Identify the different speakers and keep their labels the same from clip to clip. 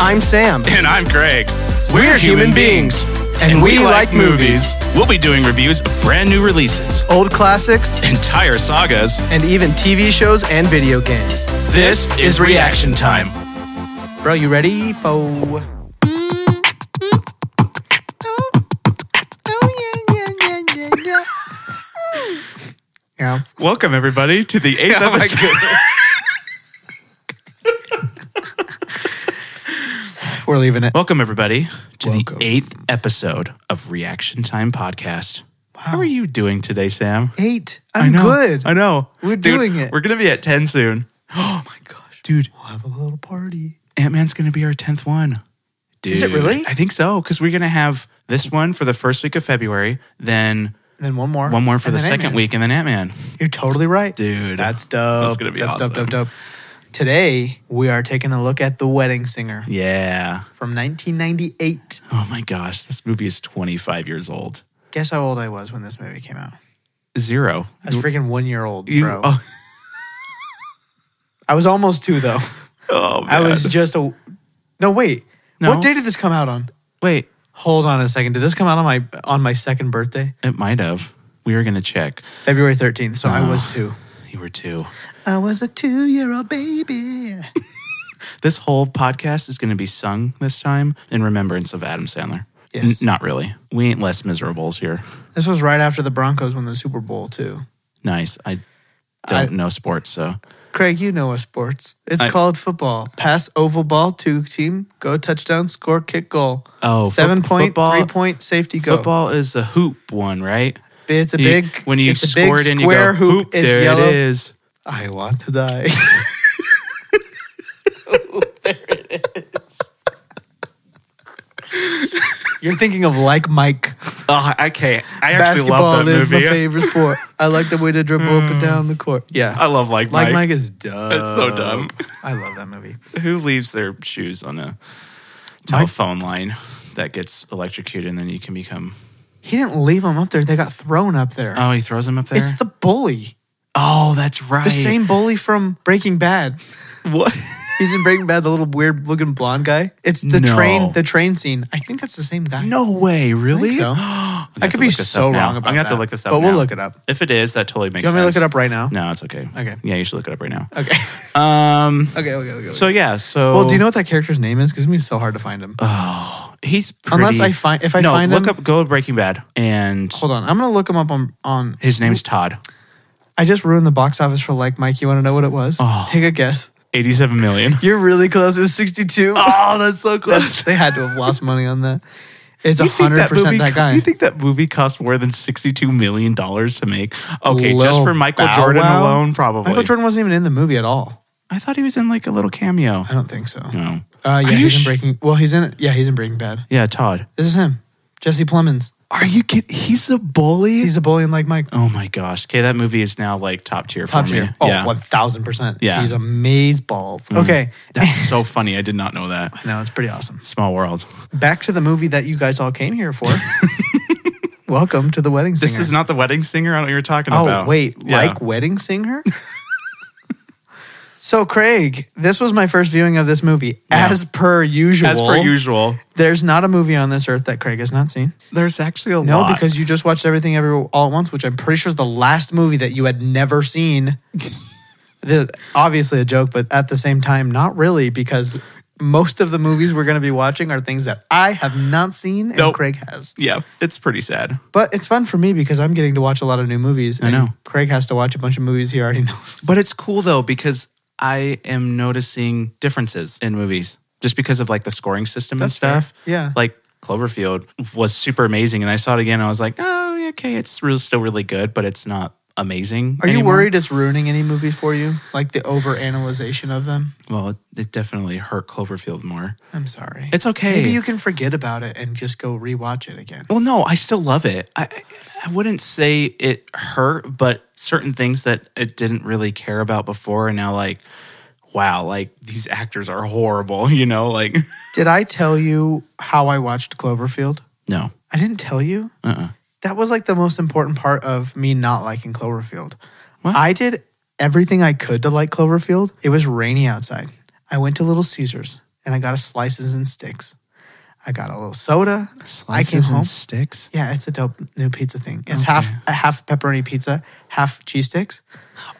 Speaker 1: I'm Sam.
Speaker 2: And I'm Craig.
Speaker 1: We're, human beings, and, we, like movies,
Speaker 2: We'll be doing reviews of brand new releases,
Speaker 1: old classics,
Speaker 2: entire sagas.
Speaker 1: and even TV shows and video games.
Speaker 2: This is Reaction Time.
Speaker 1: Bro, you ready? Fo. Yeah.
Speaker 2: Welcome, everybody, to the eighth
Speaker 1: Oh
Speaker 2: episode.
Speaker 1: We're leaving it.
Speaker 2: Welcome, everybody, to
Speaker 1: Welcome.
Speaker 2: the eighth episode of Reaction Time Podcast. How are you doing today, Sam?
Speaker 1: Eight. I'm
Speaker 2: I know.
Speaker 1: good.
Speaker 2: I know.
Speaker 1: We're
Speaker 2: Dude,
Speaker 1: doing it.
Speaker 2: We're going to be at 10 soon.
Speaker 1: oh my gosh.
Speaker 2: Dude,
Speaker 1: We'll have a little party.
Speaker 2: Ant Man's going to be our 10th one. Dude,
Speaker 1: Is it really?
Speaker 2: I think so, because we're going to have this one for the first week of February, then
Speaker 1: And then one more.
Speaker 2: one more for
Speaker 1: And
Speaker 2: the
Speaker 1: then
Speaker 2: second
Speaker 1: Ant-Man.
Speaker 2: week, and then Ant Man.
Speaker 1: You're totally right.
Speaker 2: Dude,
Speaker 1: That's dope.
Speaker 2: that's gonna be awesome.
Speaker 1: dope, dope, dope. Today, we are taking a look at The Wedding Singer
Speaker 2: Yeah.
Speaker 1: from 1998.
Speaker 2: Oh my gosh, this movie is 25 years old.
Speaker 1: Guess how old I was when this movie came out?
Speaker 2: Zero.
Speaker 1: I was freaking one year old,
Speaker 2: You-
Speaker 1: bro.
Speaker 2: oh,
Speaker 1: I was almost two, though.
Speaker 2: oh, man.
Speaker 1: I was just a. No, wait.
Speaker 2: No.
Speaker 1: What day did this come out on?
Speaker 2: Wait,
Speaker 1: Hold on a second. Did this come out on my on my second birthday,
Speaker 2: it might have. We were going to check.
Speaker 1: February thirteenth? So
Speaker 2: Ah.
Speaker 1: I was two.
Speaker 2: You were two.
Speaker 1: I was a two year old baby.
Speaker 2: This whole podcast is going to be sung this time in remembrance of Adam Sandler.
Speaker 1: Yes.
Speaker 2: not really. We ain't less miserables here.
Speaker 1: This was right after the Broncos won the Super Bowl too.
Speaker 2: Nice. I
Speaker 1: I-
Speaker 2: don't know sports, so
Speaker 1: Craig, you know us sports. It's
Speaker 2: I-
Speaker 1: called football. Pass oval ball to team. Go touchdown. Score kick goal.
Speaker 2: Oh, fo-
Speaker 1: seven point,
Speaker 2: football-
Speaker 1: three point safety go.
Speaker 2: football is the hoop one, right?
Speaker 1: It's a
Speaker 2: You-
Speaker 1: big
Speaker 2: when you
Speaker 1: it's a
Speaker 2: score
Speaker 1: big
Speaker 2: it in, you
Speaker 1: square
Speaker 2: go
Speaker 1: hoop.
Speaker 2: hoop.
Speaker 1: It's
Speaker 2: there
Speaker 1: yellow.
Speaker 2: it is.
Speaker 1: I want to die. You're thinking of like Mike. Ah,
Speaker 2: Oh, okay. I actually
Speaker 1: Basketball
Speaker 2: love that
Speaker 1: is
Speaker 2: movie.
Speaker 1: my favorite sport. I like the way to dribble up and down the court. Yeah.
Speaker 2: I love like
Speaker 1: like
Speaker 2: Mike.
Speaker 1: Mike. is dumb.
Speaker 2: It's so dumb.
Speaker 1: I love that movie.
Speaker 2: Who leaves their shoes on a telephone line that gets electrocuted and then you can become?
Speaker 1: He didn't leave them up there. They got thrown up there.
Speaker 2: Oh, he throws him up there.
Speaker 1: It's the bully.
Speaker 2: oh, that's right.
Speaker 1: The same bully from Breaking Bad.
Speaker 2: What?
Speaker 1: He's in Breaking Bad, the little weird looking blonde guy. It's the
Speaker 2: No.
Speaker 1: train, the train scene. I think that's the same guy.
Speaker 2: No way. Really?
Speaker 1: so.
Speaker 2: I'm gonna
Speaker 1: I
Speaker 2: have
Speaker 1: could
Speaker 2: to
Speaker 1: be
Speaker 2: look this
Speaker 1: so
Speaker 2: up now.
Speaker 1: wrong about
Speaker 2: I'm gonna have
Speaker 1: that,
Speaker 2: to look this up.
Speaker 1: but we'll
Speaker 2: now.
Speaker 1: look it up.
Speaker 2: If it is, that totally makes
Speaker 1: You
Speaker 2: sense.
Speaker 1: want me to look it up right now?
Speaker 2: No, it's okay.
Speaker 1: Okay.
Speaker 2: Yeah, you should look it up right now.
Speaker 1: Okay.
Speaker 2: Um.
Speaker 1: okay. Okay. Okay.
Speaker 2: So
Speaker 1: So,
Speaker 2: yeah. So.
Speaker 1: well, do you know what that character's name is? Because it means so hard to find him.
Speaker 2: Oh, he's pretty.
Speaker 1: Unless I find, if I
Speaker 2: no,
Speaker 1: find
Speaker 2: look
Speaker 1: him,
Speaker 2: up. Go to Breaking Bad, and
Speaker 1: hold on. I'm gonna look him up on on.
Speaker 2: his name's Todd.
Speaker 1: I just ruined the box office for like Mike. You want to know what it was?
Speaker 2: Oh.
Speaker 1: Take a guess.
Speaker 2: Eighty-seven million.
Speaker 1: You're really close. It was 62.
Speaker 2: oh, that's so close.
Speaker 1: they had to have lost money on that. It's
Speaker 2: You think
Speaker 1: hundred percent
Speaker 2: movie-
Speaker 1: that guy.
Speaker 2: You think that movie cost more than sixty-two million dollars to make? Okay, just
Speaker 1: Lil
Speaker 2: for Michael
Speaker 1: Bow
Speaker 2: Jordan
Speaker 1: Wow?
Speaker 2: alone, probably.
Speaker 1: Michael Jordan wasn't even in the movie at all.
Speaker 2: I thought he was in like a little cameo.
Speaker 1: I don't think so.
Speaker 2: No.
Speaker 1: Uh, yeah,
Speaker 2: Are you
Speaker 1: he's in
Speaker 2: sh-
Speaker 1: Breaking. Well, he's in. Yeah, he's in Breaking Bad.
Speaker 2: Yeah, Todd.
Speaker 1: This is him, Jesse Plemons.
Speaker 2: Are you kidding? He's a bully.
Speaker 1: He's a bully and like Mike.
Speaker 2: oh my gosh. Okay, that movie is now like top tier.
Speaker 1: Top
Speaker 2: for
Speaker 1: tier.
Speaker 2: Me.
Speaker 1: Oh,
Speaker 2: yeah.
Speaker 1: 1000%.
Speaker 2: Yeah. Mm.
Speaker 1: He's a maze balls. Okay.
Speaker 2: That's so funny. I did not know that.
Speaker 1: I know, it's pretty awesome.
Speaker 2: Small world.
Speaker 1: Back to the movie that you guys all came here for. Welcome to The Wedding Singer.
Speaker 2: This is not the wedding singer. I don't know what you're talking
Speaker 1: Oh,
Speaker 2: about.
Speaker 1: wait,
Speaker 2: Yeah.
Speaker 1: like Wedding Singer? so, Craig, this was my first viewing of this movie. As per usual.
Speaker 2: as per usual.
Speaker 1: There's not a movie on this earth that Craig has not seen.
Speaker 2: There's actually a
Speaker 1: No,
Speaker 2: lot.
Speaker 1: because you just watched everything every all at once, which I'm pretty sure is the last movie that you had never seen. The- obviously a joke, but at the same time, not really, because most of the movies we're going to be watching are things that I have not seen and
Speaker 2: Nope.
Speaker 1: Craig has.
Speaker 2: yeah, it's pretty sad.
Speaker 1: But it's fun for me because I'm getting to watch a lot of new movies. I
Speaker 2: know.
Speaker 1: Craig has to watch a bunch of movies he already knows.
Speaker 2: But it's cool though because I am noticing differences in movies just because of like the scoring system
Speaker 1: That's
Speaker 2: and stuff.
Speaker 1: fair. Yeah.
Speaker 2: Like Cloverfield was super amazing and I saw it again and I was like, "Oh, okay, it's real still really good, but it's not amazing."
Speaker 1: Are you
Speaker 2: anymore."
Speaker 1: worried it's ruining any movies for you? Like the overanalyzation of them?
Speaker 2: Well, it, it definitely hurt Cloverfield more.
Speaker 1: I'm sorry.
Speaker 2: It's okay.
Speaker 1: Maybe you can forget about it and just go rewatch it again.
Speaker 2: Well, no, I still love it. I I- I wouldn't say it hurt, but certain things that it didn't really care about before are now like, wow, like these actors are horrible, you know, like
Speaker 1: Did I tell you how I watched Cloverfield?
Speaker 2: no.
Speaker 1: I didn't tell you.
Speaker 2: Uh-uh.
Speaker 1: That was like the most important part of me not liking Cloverfield.
Speaker 2: What?
Speaker 1: I did everything I could to like Cloverfield. It was rainy outside. I went to Little Caesars and I got a slices and sticks. I got a little soda. I came
Speaker 2: Slices and
Speaker 1: home.
Speaker 2: sticks.
Speaker 1: Yeah, it's a dope new pizza thing. It's half
Speaker 2: Okay.
Speaker 1: a half pepperoni pizza, half cheese sticks.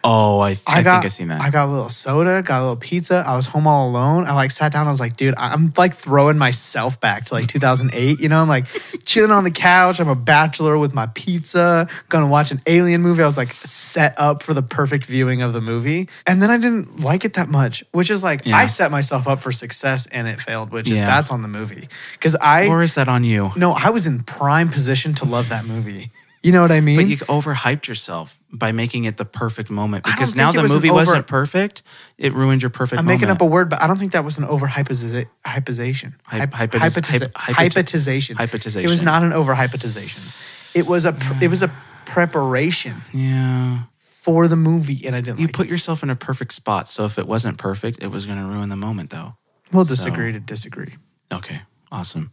Speaker 2: Oh, I, I,
Speaker 1: I, got,
Speaker 2: think I seen that.
Speaker 1: I got a little soda, got a little pizza. I was home all alone. I like sat down. I was like, dude, I- I'm like throwing myself back to like 2008. You know, I'm like chilling on the couch. I'm a bachelor with my pizza. Gonna watch an alien movie. I was like set up for the perfect viewing of the movie, and then I didn't like it that much, which is like
Speaker 2: Yeah.
Speaker 1: I set myself up for success and it failed, which is
Speaker 2: Yeah.
Speaker 1: that's on the movie because I
Speaker 2: or is that on you?
Speaker 1: no, I was in prime position to love that movie. You know what I mean?
Speaker 2: But you overhyped yourself by making it the perfect moment
Speaker 1: don't
Speaker 2: because
Speaker 1: think
Speaker 2: now
Speaker 1: it
Speaker 2: the
Speaker 1: was an
Speaker 2: movie
Speaker 1: over-
Speaker 2: wasn't perfect. It ruined your perfect.
Speaker 1: I'm making up a word, but I don't think that was an overhypotization. Hypotization.
Speaker 2: Hy- hypotis- hyp- hypoti-
Speaker 1: Hypotization.
Speaker 2: hypotization.
Speaker 1: It was not an overhypotization. It was a pr- it was a preparation
Speaker 2: yeah.
Speaker 1: for the movie, and I didn't.
Speaker 2: You
Speaker 1: like
Speaker 2: put yourself in a perfect spot, so if it wasn't perfect, it was going to ruin the moment, though.
Speaker 1: it. We'll disagree to disagree.
Speaker 2: Okay, awesome.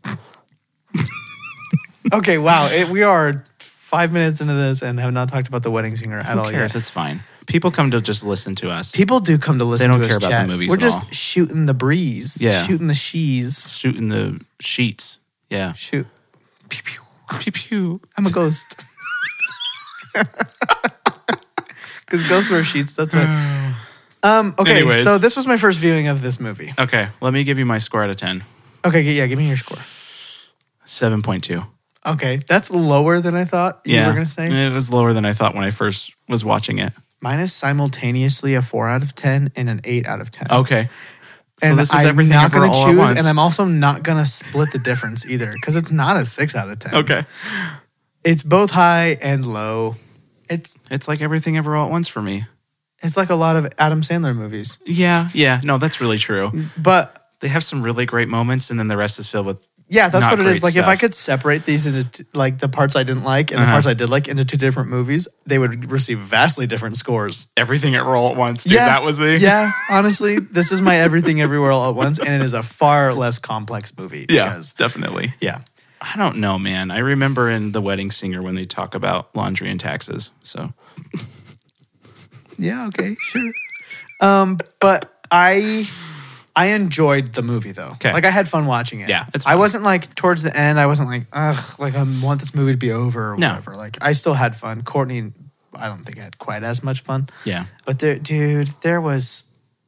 Speaker 1: Okay, wow, it, we are five minutes into this and have not talked about the wedding singer at all
Speaker 2: Who cares?
Speaker 1: yet.
Speaker 2: It's fine. People come to just listen to us.
Speaker 1: People do come to listen.
Speaker 2: They don't
Speaker 1: to us
Speaker 2: care about the
Speaker 1: chat.
Speaker 2: movies
Speaker 1: We're
Speaker 2: at
Speaker 1: just
Speaker 2: all.
Speaker 1: shooting the breeze.
Speaker 2: Yeah.
Speaker 1: shooting the shees.
Speaker 2: shooting the sheets. Yeah.
Speaker 1: Shoot. Pew, pew.
Speaker 2: Pew pew.
Speaker 1: I'm a ghost. Because ghosts wear sheets. That's what. Um. Okay.
Speaker 2: Anyways.
Speaker 1: So this was my first viewing of this movie.
Speaker 2: Okay, let me give you my score out of 10.
Speaker 1: Okay. g- Yeah. Give me your score.
Speaker 2: 7.2.
Speaker 1: Okay. That's lower than I thought you were gonna say.
Speaker 2: It was lower than I thought when I first was watching it.
Speaker 1: Mine is simultaneously a four out of ten and an eight out of ten.
Speaker 2: Okay. Oh, So
Speaker 1: and
Speaker 2: this is
Speaker 1: I'm
Speaker 2: everything
Speaker 1: not
Speaker 2: ever
Speaker 1: gonna
Speaker 2: all at
Speaker 1: choose,
Speaker 2: once.
Speaker 1: and I'm also not gonna split the difference either, because it's not a six out of ten.
Speaker 2: Okay.
Speaker 1: It's both high and low. It's
Speaker 2: It's like everything ever all at once for me.
Speaker 1: it's like a lot of Adam Sandler movies,
Speaker 2: Yeah, yeah. No, that's really true.
Speaker 1: but
Speaker 2: They have some really great moments and then the rest is filled with
Speaker 1: Yeah, that's
Speaker 2: not
Speaker 1: what it is.
Speaker 2: great
Speaker 1: Like if
Speaker 2: stuff.
Speaker 1: I could separate these into t- like the parts I didn't like and the
Speaker 2: Uh-huh.
Speaker 1: parts I did like into two different movies, they would receive vastly different scores.
Speaker 2: everything ever all at once. Dude,
Speaker 1: yeah,
Speaker 2: that was the
Speaker 1: yeah. Honestly, this is my everything everywhere all at once, and it is a far less complex movie.
Speaker 2: Yeah,
Speaker 1: because-
Speaker 2: definitely.
Speaker 1: yeah.
Speaker 2: I don't know, man. I remember in The Wedding Singer when they talk about laundry and taxes. So
Speaker 1: Yeah. Okay. Sure. Um, but I I enjoyed the movie though.
Speaker 2: 'Kay.
Speaker 1: Like I had fun watching it.
Speaker 2: Yeah, it's
Speaker 1: I
Speaker 2: fun.
Speaker 1: wasn't like towards the end. I wasn't like ugh. Like I want this movie to be over or
Speaker 2: No.
Speaker 1: whatever. Like I still had fun. Courtney, I don't think had quite as much fun.
Speaker 2: yeah.
Speaker 1: But there, dude, there was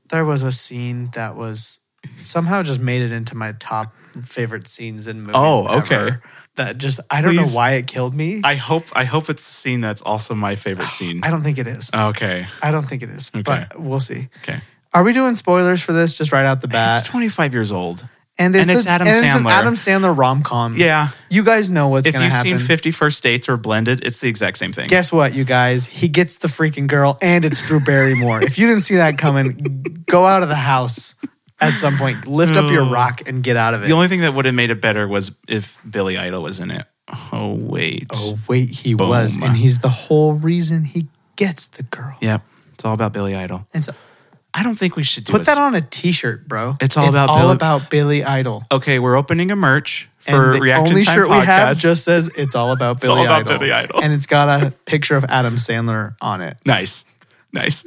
Speaker 1: there was a scene that was somehow just made it into my top favorite scenes in movies.
Speaker 2: Oh, okay.
Speaker 1: ever. That just I don't
Speaker 2: Please.
Speaker 1: know why it killed me. I,
Speaker 2: I hope I hope it's the scene that's also my favorite scene.
Speaker 1: don't think it
Speaker 2: Oh.
Speaker 1: is.
Speaker 2: Okay.
Speaker 1: I don't think it is. But we'll see.
Speaker 2: Okay.
Speaker 1: Are we doing spoilers for this just right out the bat?
Speaker 2: It's 25 years old.
Speaker 1: and
Speaker 2: and it's Adam
Speaker 1: and an
Speaker 2: Sandler.
Speaker 1: Adam Sandler rom com.
Speaker 2: Yeah.
Speaker 1: You guys know what's
Speaker 2: If
Speaker 1: going to
Speaker 2: you've
Speaker 1: happen.
Speaker 2: seen 50 First Dates or Blended, it's the exact same thing.
Speaker 1: Guess what, you guys? He gets the freaking girl, and it's Drew Barrymore. if you didn't see that coming, go out of the house at some point. Lift up your rock and get out of it.
Speaker 2: The only thing that would have made it better was if Billy Idol was in it. Oh, wait.
Speaker 1: Oh wait, he was,
Speaker 2: Boom.
Speaker 1: and he's the whole reason he gets the girl.
Speaker 2: Yep. It's all about Billy Idol.
Speaker 1: And so,
Speaker 2: I don't think we should do
Speaker 1: put
Speaker 2: a-
Speaker 1: that on a T-shirt, bro.
Speaker 2: It's all about Billy-
Speaker 1: about Billy Idol.
Speaker 2: Okay, we're opening a merch
Speaker 1: And
Speaker 2: for
Speaker 1: the
Speaker 2: Reaction
Speaker 1: only
Speaker 2: Time
Speaker 1: shirt
Speaker 2: podcast.
Speaker 1: we have just says it's all about Billy
Speaker 2: all about
Speaker 1: Idol,
Speaker 2: Billy Idol.
Speaker 1: and it's got a picture of Adam Sandler on it.
Speaker 2: nice. Nice.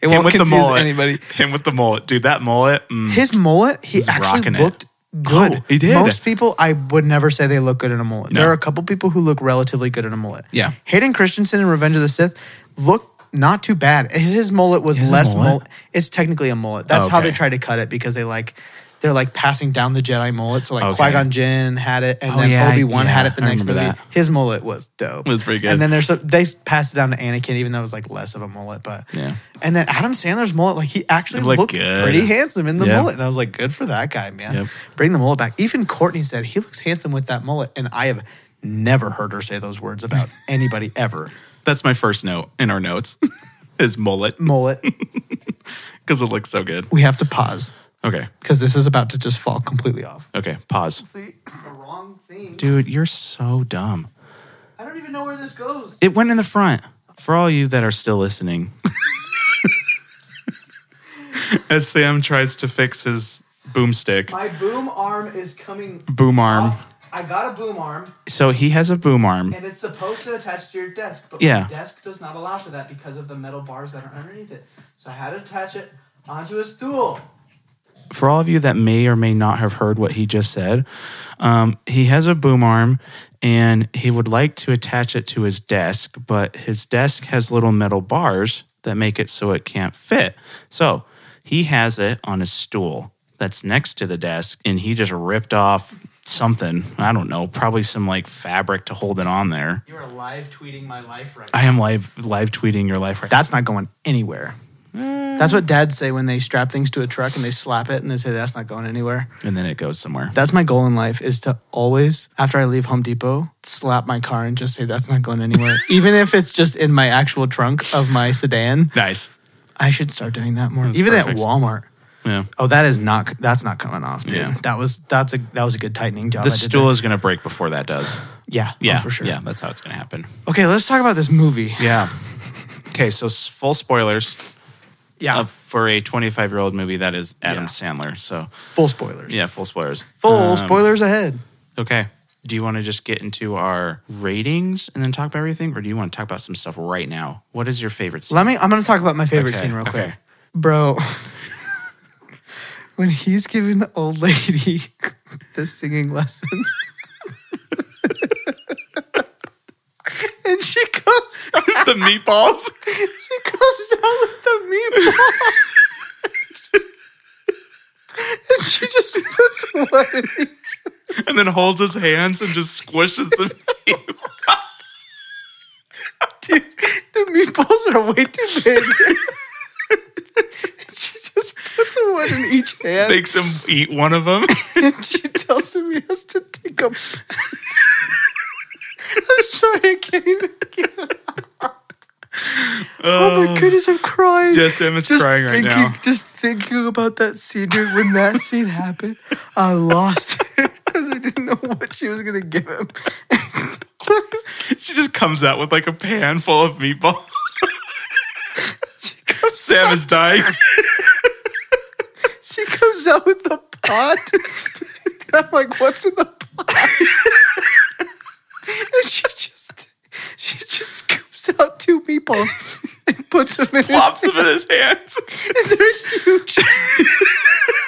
Speaker 1: It
Speaker 2: Him
Speaker 1: won't
Speaker 2: with the
Speaker 1: confuse
Speaker 2: mullet.
Speaker 1: anybody.
Speaker 2: Him with the mullet. Dude, that mullet. mm.
Speaker 1: His mullet, he
Speaker 2: He's
Speaker 1: actually
Speaker 2: rocking it.
Speaker 1: looked good.
Speaker 2: Oh, he did.
Speaker 1: Most people, I would never say they look good in a mullet.
Speaker 2: No.
Speaker 1: There are a couple people who look relatively good in a mullet.
Speaker 2: Yeah.
Speaker 1: Hayden Christensen in Revenge of the Sith looked not too bad. His, his mullet was
Speaker 2: has a
Speaker 1: less
Speaker 2: mullet? Oh,
Speaker 1: mullet? It's technically a mullet. That's how
Speaker 2: Okay.
Speaker 1: they try to cut it because they like. They're like passing down the Jedi mullet. So like
Speaker 2: Okay.
Speaker 1: Qui Gon Jinn had it, and
Speaker 2: Oh,
Speaker 1: then
Speaker 2: yeah, I-
Speaker 1: Obi Wan had
Speaker 2: yeah,
Speaker 1: it the
Speaker 2: I
Speaker 1: next movie.
Speaker 2: remember that.
Speaker 1: His mullet was dope.
Speaker 2: It was pretty good.
Speaker 1: And then there's some, they passed it down to Anakin, even though it was like less of a mullet. But
Speaker 2: Yeah.
Speaker 1: And then Adam Sandler's mullet, like he actually
Speaker 2: It looked
Speaker 1: looked
Speaker 2: good.
Speaker 1: pretty handsome in the
Speaker 2: Yeah.
Speaker 1: mullet. And I was like, good for that guy, man.
Speaker 2: Yep.
Speaker 1: Bring the mullet back. Even Courtney said he looks handsome with that mullet. And I have never heard her say those words about anybody ever.
Speaker 2: That's my first note in our notes. Is mullet
Speaker 1: Mullet,
Speaker 2: because it looks so good.
Speaker 1: we have to pause
Speaker 2: Okay.
Speaker 1: because this is about to just fall completely off.
Speaker 2: Okay. Pause.
Speaker 1: See, the wrong thing.
Speaker 2: Dude, you're so dumb.
Speaker 1: I don't even know where this goes.
Speaker 2: It went in the front. For all you that are still listening. As Sam tries to fix his boomstick,
Speaker 1: My boom arm is coming.
Speaker 2: boom arm.
Speaker 1: I got a boom arm.
Speaker 2: So he has a boom arm.
Speaker 1: And it's supposed to attach to your desk, but
Speaker 2: Yeah.
Speaker 1: my desk does not allow for that because of the metal bars that are underneath it. So I had to attach it onto a stool.
Speaker 2: for all of you that may or may not have heard what he just said, um, he has a boom arm and he would like to attach it to his desk, but his desk has little metal bars that make it so it can't fit. So he has it on his stool that's next to the desk and he just ripped off something. I don't know, probably some like fabric to hold it on there.
Speaker 1: You are live tweeting my life right
Speaker 2: I am live live tweeting your life right
Speaker 1: That's not going anywhere. That's what dads say when they strap things to a truck and they slap it and they say that's not going anywhere.
Speaker 2: now. and then it goes somewhere.
Speaker 1: That's my goal in life is to always, after I leave Home Depot, slap my car and just say that's not going anywhere. Even if it's just in my actual trunk of my sedan,
Speaker 2: nice.
Speaker 1: I should start doing that more.
Speaker 2: That's
Speaker 1: Even
Speaker 2: perfect.
Speaker 1: at Walmart.
Speaker 2: Yeah.
Speaker 1: Oh, that is not that's not coming off, dude.
Speaker 2: Yeah.
Speaker 1: That was that's a that was a good tightening job.
Speaker 2: The
Speaker 1: I did
Speaker 2: stool
Speaker 1: there.
Speaker 2: is going to break before that does.
Speaker 1: yeah, oh,
Speaker 2: Yeah,
Speaker 1: for sure.
Speaker 2: Yeah, that's how it's going to happen.
Speaker 1: Okay, let's talk about this movie.
Speaker 2: Yeah. Okay, so s- full spoilers
Speaker 1: Yeah,
Speaker 2: of, for a 25 year old movie that is Adam
Speaker 1: Yeah.
Speaker 2: Sandler. So
Speaker 1: full spoilers.
Speaker 2: yeah, full spoilers.
Speaker 1: full
Speaker 2: Um,
Speaker 1: spoilers ahead.
Speaker 2: Okay. Do you want to just get into our ratings and then talk about everything, or do you want to talk about some stuff right now? What is your favorite? Scene?
Speaker 1: Let me. I'm going to talk about my favorite
Speaker 2: Okay,
Speaker 1: scene real quick,
Speaker 2: okay.
Speaker 1: bro. when he's giving the old lady the singing lessons, and she comes, out-
Speaker 2: the meatballs.
Speaker 1: she comes out with the meatball, and she just puts one in each
Speaker 2: and then holds his hands and just squishes the
Speaker 1: Dude, the meatballs are way too big. she just puts one in each hand
Speaker 2: makes him eat one of them.
Speaker 1: and she tells him he has to take a. I'm sorry, I can't even get it. Oh my goodness, I'm crying.
Speaker 2: Yes, Em Um, is crying right
Speaker 1: thinking,
Speaker 2: now.
Speaker 1: Just thinking about that scene, dude. When that scene happened, I lost it because I didn't know what she was gonna give him.
Speaker 2: She just comes out with like a pan full of meatballs. Sam is dying.
Speaker 1: She comes out with the pot. I'm like, what's in the pot? and she just she just scoops out two meatballs and puts them in
Speaker 2: Plops
Speaker 1: his
Speaker 2: them in his hands.
Speaker 1: and they're huge.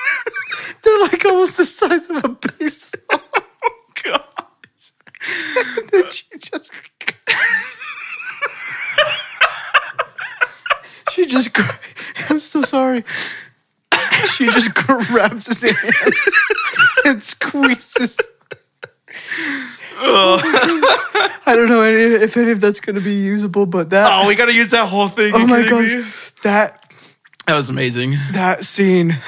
Speaker 1: they're like almost the size of a baseball.
Speaker 2: Oh, God.
Speaker 1: And then she just She just cr- I'm so sorry. She just grabs his hands and squeezes. I
Speaker 2: Ugh.
Speaker 1: don't know any, if any of that's going to be usable, but that.
Speaker 2: Oh, we gotta use that whole thing.
Speaker 1: oh
Speaker 2: You
Speaker 1: my
Speaker 2: kidding
Speaker 1: gosh,
Speaker 2: me?
Speaker 1: that
Speaker 2: That was amazing.
Speaker 1: that scene.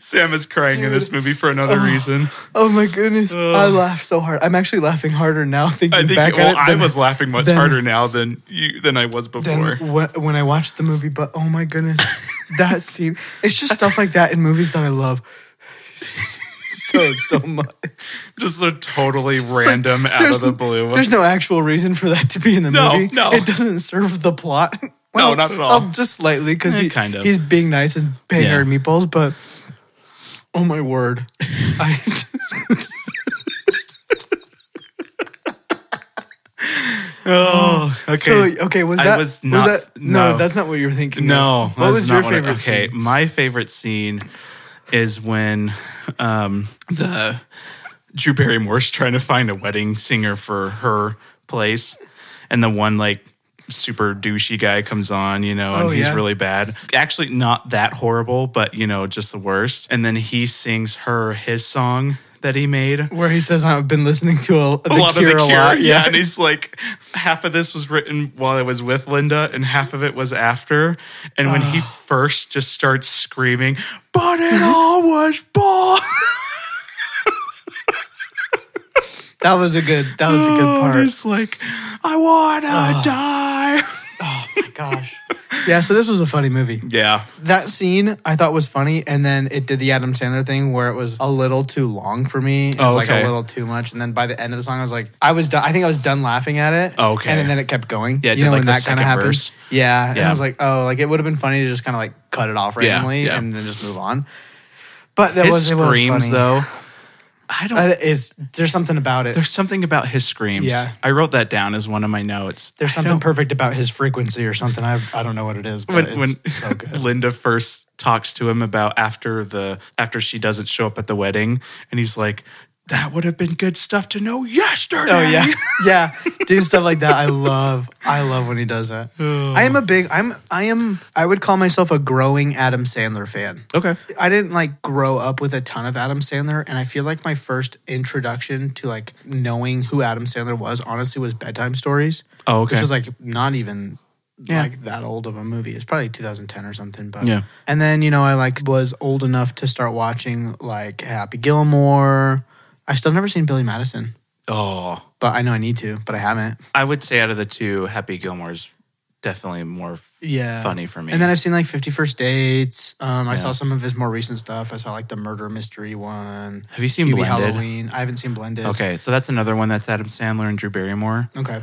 Speaker 2: Sam is crying in this movie for another reason.
Speaker 1: Oh my goodness, I laughed so hard. I'm actually laughing harder now thinking
Speaker 2: I think
Speaker 1: back
Speaker 2: well,
Speaker 1: at it.
Speaker 2: I
Speaker 1: than-
Speaker 2: was laughing much
Speaker 1: then-
Speaker 2: harder now than you than I was before.
Speaker 1: than wh- when I watched the movie. But oh my goodness, that scene. It's just stuff like that in movies that I love so so much.
Speaker 2: Just so totally random out
Speaker 1: There's-
Speaker 2: of the blue.
Speaker 1: There's no actual reason for that to be in the
Speaker 2: No,
Speaker 1: movie.
Speaker 2: no.
Speaker 1: It doesn't serve the plot.
Speaker 2: not at all.
Speaker 1: um, just slightly because
Speaker 2: Eh,
Speaker 1: he,
Speaker 2: kind of.
Speaker 1: he's being nice and paying
Speaker 2: Yeah.
Speaker 1: her meatballs, but oh my word. I
Speaker 2: oh, okay.
Speaker 1: so, okay, was
Speaker 2: I
Speaker 1: that,
Speaker 2: was not-
Speaker 1: that no,
Speaker 2: no.
Speaker 1: that's not what you were thinking.
Speaker 2: No,
Speaker 1: of.
Speaker 2: that
Speaker 1: what was your
Speaker 2: not I-
Speaker 1: favorite?
Speaker 2: okay,
Speaker 1: scene?
Speaker 2: my favorite scene is when um, the Drew Barrymore's trying to find a wedding singer for her place, and the one like super douchey guy comes on, you know, and
Speaker 1: Oh,
Speaker 2: he's
Speaker 1: yeah.
Speaker 2: really bad. Actually, not that horrible, but you know, just the worst. And then he sings her his song that he made
Speaker 1: where he says I've been listening to a, the
Speaker 2: a lot
Speaker 1: Cure
Speaker 2: of the
Speaker 1: a
Speaker 2: cure.
Speaker 1: lot.
Speaker 2: yeah.
Speaker 1: Yeah,
Speaker 2: and he's like, half of this was written while I was with Linda, and half of it was after. And when he
Speaker 1: Ah.
Speaker 2: first just starts screaming, "But it all was ball,"
Speaker 1: that was a good. That was a good part. Ah.
Speaker 2: It's like, I wanna die.
Speaker 1: Oh my gosh. yeah, so this was a funny movie.
Speaker 2: Yeah,
Speaker 1: That scene I thought was funny, and then it did the Adam Sandler thing where it was a little too long for me. It was
Speaker 2: Oh,
Speaker 1: like
Speaker 2: okay.
Speaker 1: a little too much, and then by the end of the song, I was like, I was done. I think I was done laughing at it.
Speaker 2: Oh, okay.
Speaker 1: and, then it kept going.
Speaker 2: Yeah, it
Speaker 1: you
Speaker 2: did,
Speaker 1: know
Speaker 2: like,
Speaker 1: when that
Speaker 2: the
Speaker 1: kind
Speaker 2: second
Speaker 1: of happens.
Speaker 2: verse.
Speaker 1: Yeah, and
Speaker 2: Yeah.
Speaker 1: I was like, oh, like it would have been funny to just kind of like cut it off
Speaker 2: Yeah,
Speaker 1: randomly
Speaker 2: yeah.
Speaker 1: and then just move on. But that
Speaker 2: his
Speaker 1: was it was
Speaker 2: screams
Speaker 1: funny.
Speaker 2: though. I don't.
Speaker 1: Uh, it's there's something about it. There's,
Speaker 2: there's something about his screams.
Speaker 1: Yeah.
Speaker 2: I wrote that down as one of my notes. I
Speaker 1: something
Speaker 2: don't-
Speaker 1: perfect about his frequency or something. I I don't know what it is, but
Speaker 2: when
Speaker 1: it's
Speaker 2: when
Speaker 1: so good.
Speaker 2: Linda first talks to him about after the after she doesn't show up at the wedding, and he's like, "That would have been good stuff to know yesterday."
Speaker 1: Oh yeah, yeah, do stuff like that. I love, I love when he does that. I am a big, I'm, I am, I would call myself a growing Adam Sandler fan.
Speaker 2: Okay.
Speaker 1: I didn't like grow up with a ton of Adam Sandler, and I feel like my first introduction to like knowing who Adam Sandler was, honestly, was bedtime stories.
Speaker 2: Oh, okay.
Speaker 1: Which was like not even
Speaker 2: Yeah.
Speaker 1: like that old of a movie. It's probably 2010 or something. But
Speaker 2: Yeah.
Speaker 1: and then you know I like was old enough to start watching like Happy Gilmore. I still never seen Billy Madison,
Speaker 2: Oh,
Speaker 1: but I know I need to, but I haven't.
Speaker 2: I would say out of the two, Happy Gilmore's definitely more f-
Speaker 1: Yeah.
Speaker 2: funny for me.
Speaker 1: And then I've seen like Fifty First Dates. Um, I
Speaker 2: Yeah.
Speaker 1: saw some of his more recent stuff. I saw like the murder mystery one.
Speaker 2: Have you seen
Speaker 1: Huey
Speaker 2: Blended?
Speaker 1: Halloween? I haven't seen Blended.
Speaker 2: okay, so that's another one that's Adam Sandler and Drew Barrymore.
Speaker 1: Okay.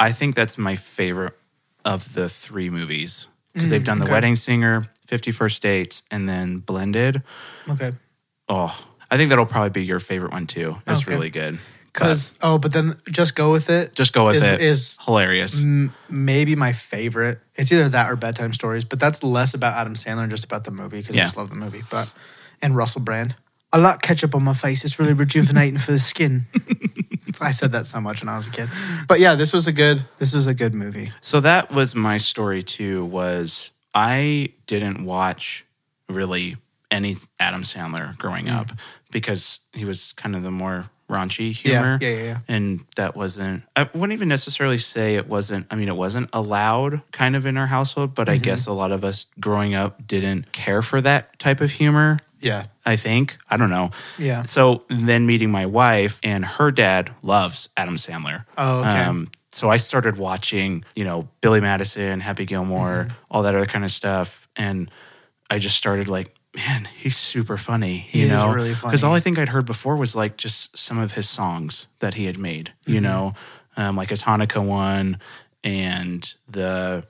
Speaker 2: I think that's my favorite of the three movies because they've done The
Speaker 1: Mm, okay.
Speaker 2: Wedding Singer, Fifty First Dates, and then Blended.
Speaker 1: Okay.
Speaker 2: Oh, I think that'll probably be your favorite one too. It's
Speaker 1: Okay.
Speaker 2: really good. But
Speaker 1: Because oh, but then just go with it.
Speaker 2: just go with
Speaker 1: is,
Speaker 2: it.
Speaker 1: Is
Speaker 2: hilarious.
Speaker 1: m- maybe my favorite. It's either that or bedtime stories, but that's less about Adam Sandler and just about the movie because I
Speaker 2: Yeah.
Speaker 1: just love the movie. But and Russell Brand. I like ketchup on my face. It's really rejuvenating for the skin. I said that so much when I was a kid. But yeah, this was a good. This was a good movie.
Speaker 2: So that was my story too. Was I didn't watch really any Adam Sandler growing
Speaker 1: Mm.
Speaker 2: up because he was kind of the more raunchy humor.
Speaker 1: yeah, yeah, yeah.
Speaker 2: And that wasn't. I wouldn't even necessarily say it wasn't. I mean, it wasn't allowed kind of in our household, but I
Speaker 1: Mm-hmm.
Speaker 2: guess a lot of us growing up didn't care for that type of humor.
Speaker 1: Yeah,
Speaker 2: I think. I don't know.
Speaker 1: Yeah.
Speaker 2: So then meeting my wife and her dad loves Adam Sandler. Um,
Speaker 1: Oh, okay.
Speaker 2: so I started watching, you know, Billy Madison, Happy Gilmore,
Speaker 1: Mm-hmm.
Speaker 2: all that other kind of stuff. And I just started like, man, he's super funny.
Speaker 1: He
Speaker 2: you
Speaker 1: is
Speaker 2: know,
Speaker 1: really funny.
Speaker 2: Because all I think I'd heard before was like just some of his songs that he had made, you
Speaker 1: Mm-hmm.
Speaker 2: know, um, like his Hanukkah one and the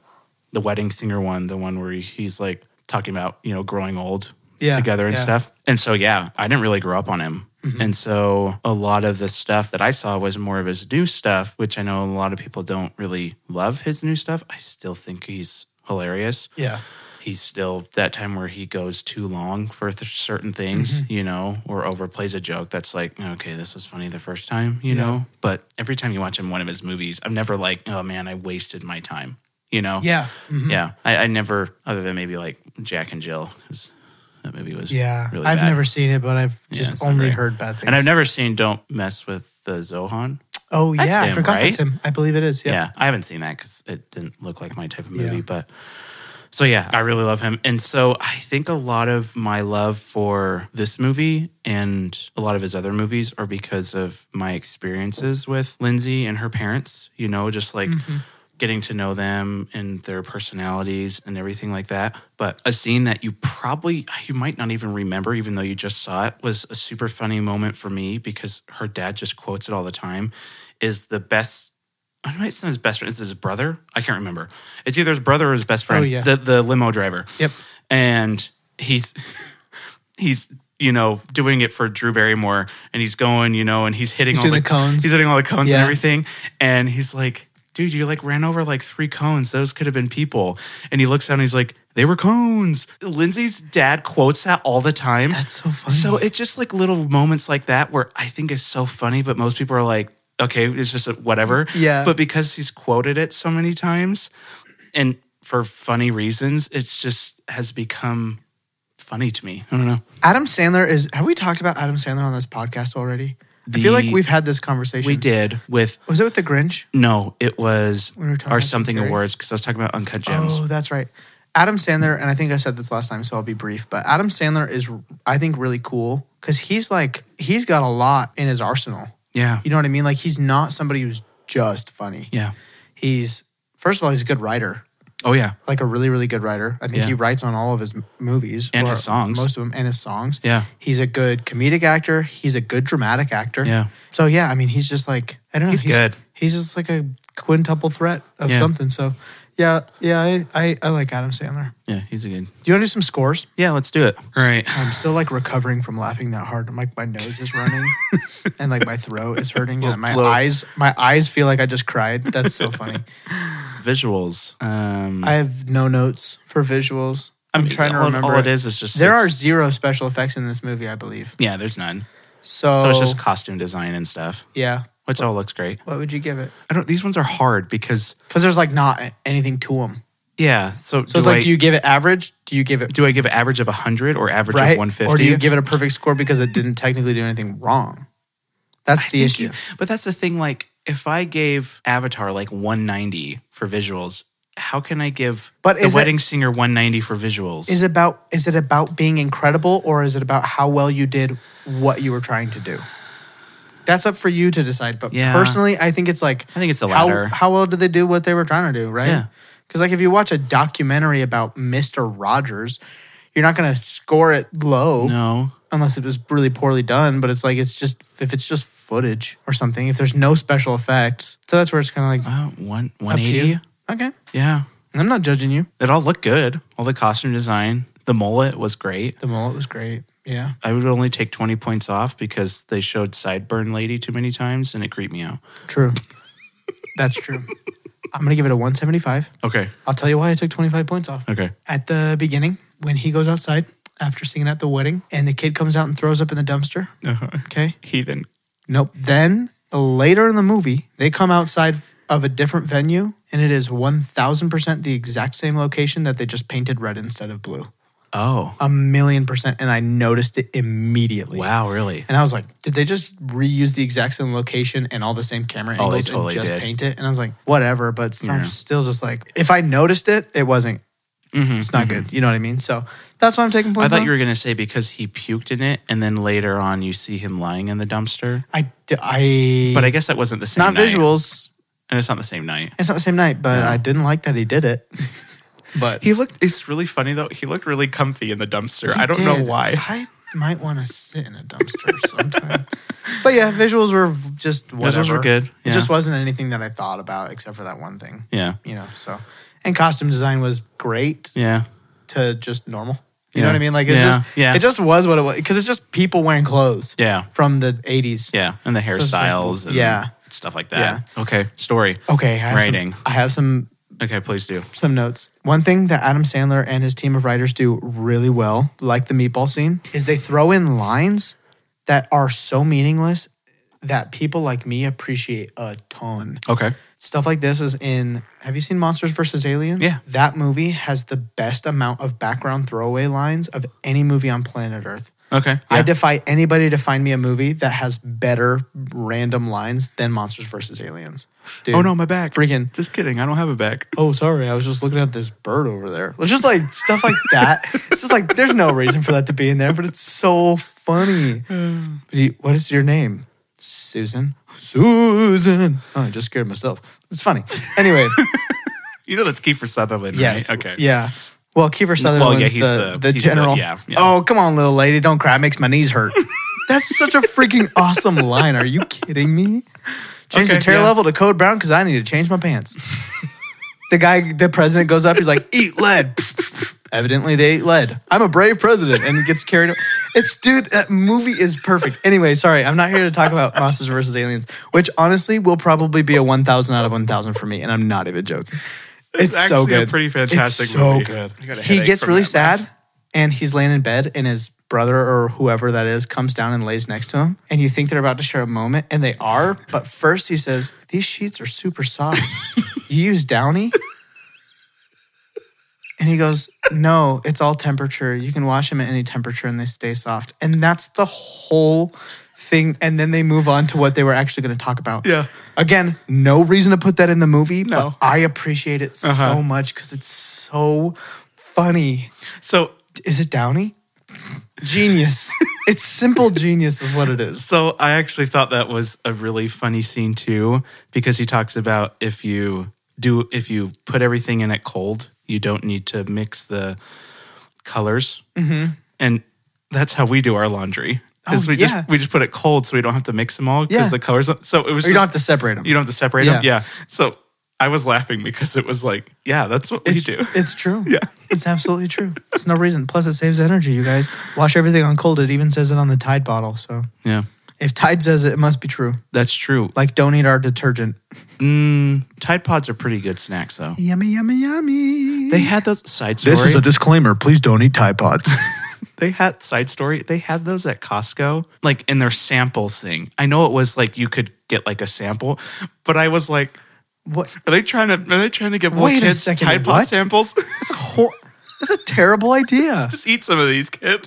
Speaker 2: the wedding singer one, the one where he's like talking about, you know, growing old
Speaker 1: Yeah,
Speaker 2: together and
Speaker 1: yeah.
Speaker 2: stuff. And so, yeah, I didn't really grow up on him.
Speaker 1: Mm-hmm.
Speaker 2: And so, a lot of the stuff that I saw was more of his new stuff, which I know a lot of people don't really love his new stuff. I still think he's hilarious.
Speaker 1: yeah,
Speaker 2: He's still that time where he goes too long for th- certain things,
Speaker 1: Mm-hmm.
Speaker 2: you know, or overplays a joke that's like, okay, this was funny the first time, you
Speaker 1: Yeah.
Speaker 2: know. But every time you watch him one of his movies, I'm never like, oh man, I wasted my time, you know.
Speaker 1: yeah, mhm.
Speaker 2: Yeah, I, I never, other than maybe like Jack and Jill, because that movie was
Speaker 1: yeah.
Speaker 2: really
Speaker 1: I've
Speaker 2: bad.
Speaker 1: never seen it, but I've
Speaker 2: Yeah,
Speaker 1: just
Speaker 2: it's not
Speaker 1: only
Speaker 2: great.
Speaker 1: heard bad things.
Speaker 2: and I've never seen Don't Mess with the Zohan.
Speaker 1: Oh yeah,
Speaker 2: That's
Speaker 1: I
Speaker 2: him,
Speaker 1: forgot
Speaker 2: right?
Speaker 1: that's him. I believe it is.
Speaker 2: Yeah,
Speaker 1: Yeah.
Speaker 2: I haven't seen that because it didn't look like my type of
Speaker 1: Yeah.
Speaker 2: movie. But so yeah, I really love him, and so I think a lot of my love for this movie and a lot of his other movies are because of my experiences with Lindsay and her parents. You know, just like.
Speaker 1: Mm-hmm.
Speaker 2: Getting to know them and their personalities and everything like that. But a scene that you probably, you might not even remember, even though you just saw it, was a super funny moment for me because her dad just quotes it all the time. Is the best I don't know, it's not his best friend. It's his brother. I can't remember. It's either his brother or his best friend.
Speaker 1: Oh, yeah.
Speaker 2: The the limo driver.
Speaker 1: Yep.
Speaker 2: And he's he's you know doing it for Drew Barrymore, and he's going you know, and he's hitting
Speaker 1: He's
Speaker 2: all
Speaker 1: doing the cones.
Speaker 2: He's hitting all the cones
Speaker 1: Yeah.
Speaker 2: and everything, and he's like. Dude, you like ran over like three cones. Those could have been people. And he looks down and he's like, they were cones. Lindsay's dad quotes that all the time.
Speaker 1: That's so funny.
Speaker 2: So it's just like little moments like that where I think is so funny, but most people are like, okay, it's just a whatever.
Speaker 1: Yeah.
Speaker 2: But because he's quoted it so many times and for funny reasons, it's just has become funny to me. I don't know.
Speaker 1: Adam Sandler is. Have we talked about Adam Sandler on this podcast already? I feel like
Speaker 2: The-
Speaker 1: we've had this conversation.
Speaker 2: We did with
Speaker 1: Was it with the Grinch?
Speaker 2: no, it was
Speaker 1: We were talking
Speaker 2: our
Speaker 1: about
Speaker 2: something
Speaker 1: Jim Carrey.
Speaker 2: awards because I was talking about Uncut Gems.
Speaker 1: Oh, that's right. Adam Sandler, and I think I said this last time, so I'll be brief. But Adam Sandler is, I think, really cool because he's like he's got a lot in his arsenal.
Speaker 2: Yeah.
Speaker 1: You know what I mean? Like he's not somebody who's just funny.
Speaker 2: Yeah.
Speaker 1: He's first of all, he's a good writer.
Speaker 2: Oh yeah.
Speaker 1: like a really really good writer. I think
Speaker 2: Yeah.
Speaker 1: he writes on all of his m- movies
Speaker 2: And
Speaker 1: or
Speaker 2: his songs.
Speaker 1: most of them, and his songs.
Speaker 2: Yeah.
Speaker 1: he's a good comedic actor. He's a good dramatic actor.
Speaker 2: Yeah.
Speaker 1: So yeah, I mean, he's just like I don't know.
Speaker 2: He's good.
Speaker 1: He's just like a quintuple threat of
Speaker 2: Yeah.
Speaker 1: something. So Yeah, yeah, I, I, I like Adam Sandler.
Speaker 2: Yeah, he's a good.
Speaker 1: Do you want to do some scores?
Speaker 2: Yeah, let's do it.
Speaker 3: All right.
Speaker 1: I'm still like recovering from laughing that hard. I'm like my nose is running, and like my throat is hurting, and my
Speaker 2: blow.
Speaker 1: eyes, my eyes feel like I just cried. That's so funny.
Speaker 2: Visuals. Um,
Speaker 1: I have no notes for visuals. I'm
Speaker 2: mean,
Speaker 1: trying to
Speaker 2: all-
Speaker 1: remember.
Speaker 2: All it is is just
Speaker 1: there are
Speaker 2: it's-
Speaker 1: zero special effects in this movie, I believe.
Speaker 2: Yeah, there's none.
Speaker 1: So,
Speaker 2: So it's just costume design and stuff,
Speaker 1: yeah.
Speaker 2: which all looks great.
Speaker 1: What would you give it?
Speaker 2: I don't. These ones are hard because
Speaker 1: Because there's like not anything to them.
Speaker 2: yeah. So,
Speaker 1: So it's like, do you give it average? Do you give it
Speaker 2: do I give an average of hundred or average
Speaker 1: right?
Speaker 2: of one fifty?
Speaker 1: Or do you give it a perfect score because it didn't technically do anything wrong? That's the issue.
Speaker 2: But that's the thing. Like, if I gave Avatar like 190 for visuals, how can I give
Speaker 1: But
Speaker 2: the
Speaker 1: is it-
Speaker 2: Wedding Singer 190 for visuals?
Speaker 1: Is about is it about being incredible or is it about how well you did what you were trying to do? That's up for you to decide. But
Speaker 2: Yeah.
Speaker 1: personally, I think it's like
Speaker 2: I think it's the
Speaker 1: how,
Speaker 2: latter.
Speaker 1: how well did they do what they were trying to do, right?
Speaker 2: Yeah.
Speaker 1: Because like if you watch a documentary about Mister Rogers, you're not going to score it low
Speaker 2: no.
Speaker 1: unless it was really poorly done. But it's like it's just if it's just footage or something. If there's no special effects, so that's where it's kind of like
Speaker 2: Uh, one,
Speaker 1: up to
Speaker 2: 180.
Speaker 1: you. Okay,
Speaker 2: Yeah.
Speaker 1: I'm not judging you.
Speaker 2: It all looked good. All the costume design, the mullet was great.
Speaker 1: The mullet was great. Yeah.
Speaker 2: I would only take 20 points off because they showed Sideburn Lady too many times and it creeped me out.
Speaker 1: True. That's true. I'm going to give it a 175.
Speaker 2: Okay.
Speaker 1: I'll tell you why I took 25 points off.
Speaker 2: Okay.
Speaker 1: At the beginning, when he goes outside after singing at the wedding and the kid comes out and throws up in the dumpster.
Speaker 2: Uh-huh.
Speaker 1: Okay.
Speaker 2: Heathen.
Speaker 1: Nope. Then later in the movie, they come outside of a different venue and it is 1000% the exact same location that they just painted red instead of blue.
Speaker 2: Oh.
Speaker 1: A million percent. And I noticed it immediately.
Speaker 2: Wow, really?
Speaker 1: And I was like, did they just reuse the exact same location and all the same camera
Speaker 2: Oh,
Speaker 1: angles
Speaker 2: they totally
Speaker 1: and just
Speaker 2: did.
Speaker 1: paint it? And I was like, whatever, but it's not,
Speaker 2: Yeah.
Speaker 1: still just like, if I noticed it, it wasn't, it's not good. You know what I mean? So that's why I'm taking
Speaker 2: Mm-hmm. I
Speaker 1: points.
Speaker 2: thought you were going to say because he puked in it and then later on you see him lying in the dumpster.
Speaker 1: I, d- I-
Speaker 2: But I guess that wasn't the same
Speaker 1: not
Speaker 2: night.
Speaker 1: visuals.
Speaker 2: And it's not the same night.
Speaker 1: It's not the same night, but I didn't like that he did it. but
Speaker 2: He looked, it's really funny though. He looked really comfy in the dumpster. I don't know
Speaker 1: did.
Speaker 2: why.
Speaker 1: I might want to sit in a dumpster sometime. But yeah, visuals were just whatever.
Speaker 2: were good,
Speaker 1: It just
Speaker 2: yeah.
Speaker 1: wasn't anything that I thought about except for that one thing.
Speaker 2: Yeah.
Speaker 1: you know. So, and costume design was great
Speaker 2: Yeah.
Speaker 1: to just normal. You know
Speaker 2: Yeah.
Speaker 1: what I mean? Like it
Speaker 2: Yeah,
Speaker 1: just
Speaker 2: yeah.
Speaker 1: it just was what it was because it's just people wearing clothes.
Speaker 2: Yeah.
Speaker 1: from the eighties.
Speaker 2: Yeah. And the
Speaker 1: it's like-
Speaker 2: hairstyles and
Speaker 1: yeah.
Speaker 2: stuff like that. Okay. Story.
Speaker 1: Okay, I have
Speaker 2: Writing.
Speaker 1: Some, I have some
Speaker 2: Okay. Please do.
Speaker 1: some notes. One thing that Adam Sandler and his team of writers do really well, like the meatball scene, is they throw in lines that are so meaningless that people like me appreciate a ton.
Speaker 2: Okay.
Speaker 1: Stuff like this is in. Have you seen Monsters vs. Aliens?
Speaker 2: Yeah.
Speaker 1: That movie has the best amount of background throwaway lines of any movie on planet Earth.
Speaker 2: Okay.
Speaker 1: I
Speaker 2: Yeah.
Speaker 1: defy anybody to find me a movie that has better random lines than Monsters vs. Aliens. Dude.
Speaker 2: oh, no, my back.
Speaker 1: Freaking-
Speaker 2: Just kidding. I don't have a back.
Speaker 1: Oh, sorry. I was just looking at this bird over there. It's just like stuff like that. It's just like there's no reason for that to be in there, but it's so funny. But you- what is your name? Susan. Susan. Oh, I just scared myself. It's funny. Anyway,
Speaker 2: You know that's Kiefer Sutherland,
Speaker 1: yes.
Speaker 2: right? Okay.
Speaker 1: Yeah. Well, Kiefer Sutherland's
Speaker 2: yeah, he's
Speaker 1: the,
Speaker 2: the-
Speaker 1: the,
Speaker 2: he's the-
Speaker 1: general.
Speaker 2: yeah, yeah.
Speaker 1: Oh, come on, little lady. Don't cry. It makes my knees hurt. That's such a freaking awesome line. Are you kidding me? Change
Speaker 2: Okay,
Speaker 1: the tear
Speaker 2: yeah.
Speaker 1: level to code brown because I need to change my pants. the guy, the president goes up. He's like, eat lead. Evidently, they ate lead. I'm a brave president. And he gets carried away. It's, dude, that movie is perfect. Anyway, sorry. I'm not here to talk about Monsters versus Aliens, which honestly will probably be a 1,000 out of 1,000 for me. And I'm not even joking. It's, so
Speaker 2: actually a
Speaker 1: good.
Speaker 2: pretty fantastic
Speaker 1: It's so
Speaker 2: movie.
Speaker 1: good.
Speaker 2: I got a
Speaker 1: He
Speaker 2: headache
Speaker 1: gets
Speaker 2: from
Speaker 1: really
Speaker 2: that
Speaker 1: sad, and he's laying in bed, and his brother or whoever that is comes down and lays next to him, and you think they're about to share a moment, and they are. But first, he says, "These sheets are super soft. you use Downy." And he goes, No, it's all temperature. You can wash them at any temperature and they stay soft. And that's the whole thing. And then they move on to what they were actually going to talk about.
Speaker 2: Yeah.
Speaker 1: Again, no reason to put that in the movie,
Speaker 2: No. Uh-huh.
Speaker 1: but I appreciate it so much because it's so funny.
Speaker 2: So,
Speaker 1: Is it Downey? Genius. it's simple genius, is what it is.
Speaker 2: so I actually thought that was a really funny scene too, because he talks about if you do, if you put everything in it cold, you don't need to mix the colors. Mm-hmm. And that's how we do our laundry. Is
Speaker 1: Oh,
Speaker 2: we
Speaker 1: yeah.
Speaker 2: just we just put it cold so we don't have to mix them all because
Speaker 1: Yeah.
Speaker 2: the colors. So it was
Speaker 1: Or you
Speaker 2: just-
Speaker 1: don't have to separate them.
Speaker 2: You don't have to separate
Speaker 1: Yeah.
Speaker 2: them. Yeah. So I was laughing because it was like, yeah, that's what
Speaker 1: It's,
Speaker 2: we do.
Speaker 1: it's true.
Speaker 2: Yeah.
Speaker 1: It's absolutely true. It's no reason. Plus, it saves energy, you guys. Wash everything on cold. It even says it on the Tide bottle. So
Speaker 2: Yeah,
Speaker 1: if Tide says it, it must be true.
Speaker 2: that's true.
Speaker 1: Like, don't eat our detergent.
Speaker 2: Mm, Tide Pods are pretty good snacks, though.
Speaker 1: Yummy, yummy, yummy.
Speaker 2: They had those side story.
Speaker 1: disclaimer. Please don't eat Tide Pods.
Speaker 2: they had side story. They had those at Costco, like in their samples thing. I know it was like you could get like a sample, but I was like,
Speaker 1: what?
Speaker 2: are they trying to? Are they trying to give little
Speaker 1: Wait a
Speaker 2: kids
Speaker 1: second,
Speaker 2: Tide Pod
Speaker 1: what?
Speaker 2: samples?
Speaker 1: That's a whole. That's a terrible idea.
Speaker 2: Just eat some of these, kid.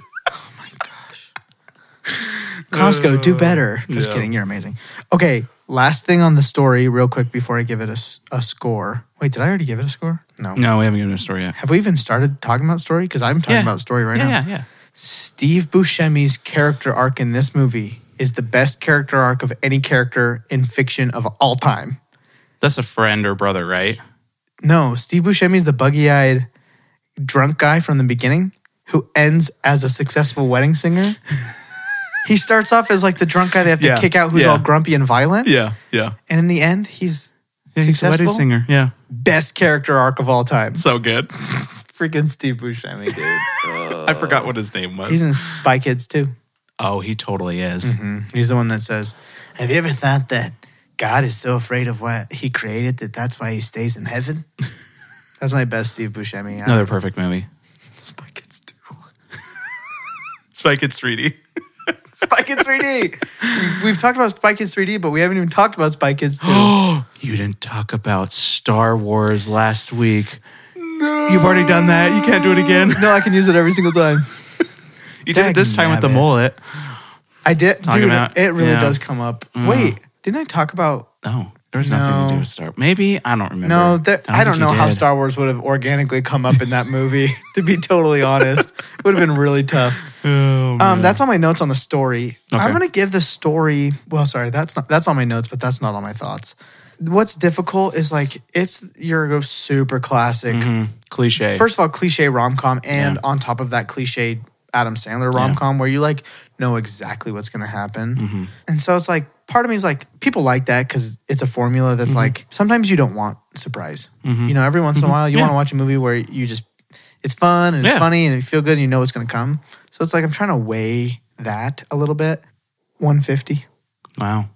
Speaker 1: Costco, do better. Just
Speaker 2: yeah.
Speaker 1: kidding. You're amazing. Okay. Last thing on the story, real quick, before I give it a, s- a score. Wait, did I already give it a score? No.
Speaker 2: No, we haven't given a story yet.
Speaker 1: Have we even started talking about story? Because I'm talking about story right
Speaker 2: yeah,
Speaker 1: now.
Speaker 2: Yeah, yeah.
Speaker 1: Steve Buscemi's character arc in this movie is the best character arc of any character in fiction of all time.
Speaker 2: That's a friend or brother, right?
Speaker 1: No, Steve Buscemi's the buggy-eyed drunk guy from the beginning who ends as a successful wedding singer. he starts off as like the drunk guy they have to
Speaker 2: Yeah,
Speaker 1: kick out who's
Speaker 2: yeah.
Speaker 1: all grumpy and violent.
Speaker 2: Yeah, yeah.
Speaker 1: And in the end, he's
Speaker 2: He's a
Speaker 1: successful.
Speaker 2: wedding singer. Yeah,
Speaker 1: Best character arc of all time.
Speaker 2: so good.
Speaker 1: Freaking Steve Buscemi, dude.
Speaker 2: I forgot what his name was.
Speaker 1: he's in Spy Kids too.
Speaker 2: oh, he totally is.
Speaker 1: Mm, He's the one that says, Have you ever thought that God is so afraid of what he created that that's why he stays in heaven? that's my best Steve Buscemi.
Speaker 2: Another perfect movie.
Speaker 1: Spy Kids 2.
Speaker 2: Spy Kids 3D.
Speaker 1: Spy Kids 3D. We've talked about Spy Kids 3D, but we haven't even talked about Spy Kids 2.
Speaker 2: Oh, you didn't talk about Star Wars last week. No. You've already done that. You can't do it again.
Speaker 1: no, I can use it every single time.
Speaker 2: You did it this time with the
Speaker 1: Dagnabbit.
Speaker 2: mullet.
Speaker 1: I did.
Speaker 2: Talking
Speaker 1: dude,
Speaker 2: about-
Speaker 1: it really
Speaker 2: yeah.
Speaker 1: does come up. Wait, didn't I talk about.
Speaker 2: Oh, there was nothing to do
Speaker 1: No.
Speaker 2: with Star. Maybe I don't remember.
Speaker 1: No, there, I
Speaker 2: think
Speaker 1: don't
Speaker 2: you
Speaker 1: know how
Speaker 2: did.
Speaker 1: Star Wars would have organically come up in that movie, to be totally honest. It would have been really tough.
Speaker 2: Oh,
Speaker 1: Um, that's all my notes on the story.
Speaker 2: Okay.
Speaker 1: I'm gonna give the story. Well, sorry, that's not that's all my notes, but that's not all my thoughts. What's difficult is like it's your super classic.
Speaker 2: man. cliche.
Speaker 1: First of all, cliche rom com, and
Speaker 2: Yeah.
Speaker 1: on top of that, cliche Adam Sandler rom com, where you like know exactly what's gonna happen. And so it's like part of me is like people like that because it's a formula that's like sometimes you don't want surprise. You know, every once in a while you
Speaker 2: Yeah.
Speaker 1: want to watch a movie where you just it's fun and it's
Speaker 2: Yeah.
Speaker 1: funny and you feel good and you know what's gonna come. So it's like I'm trying to weigh that a little bit. 150.
Speaker 2: wow.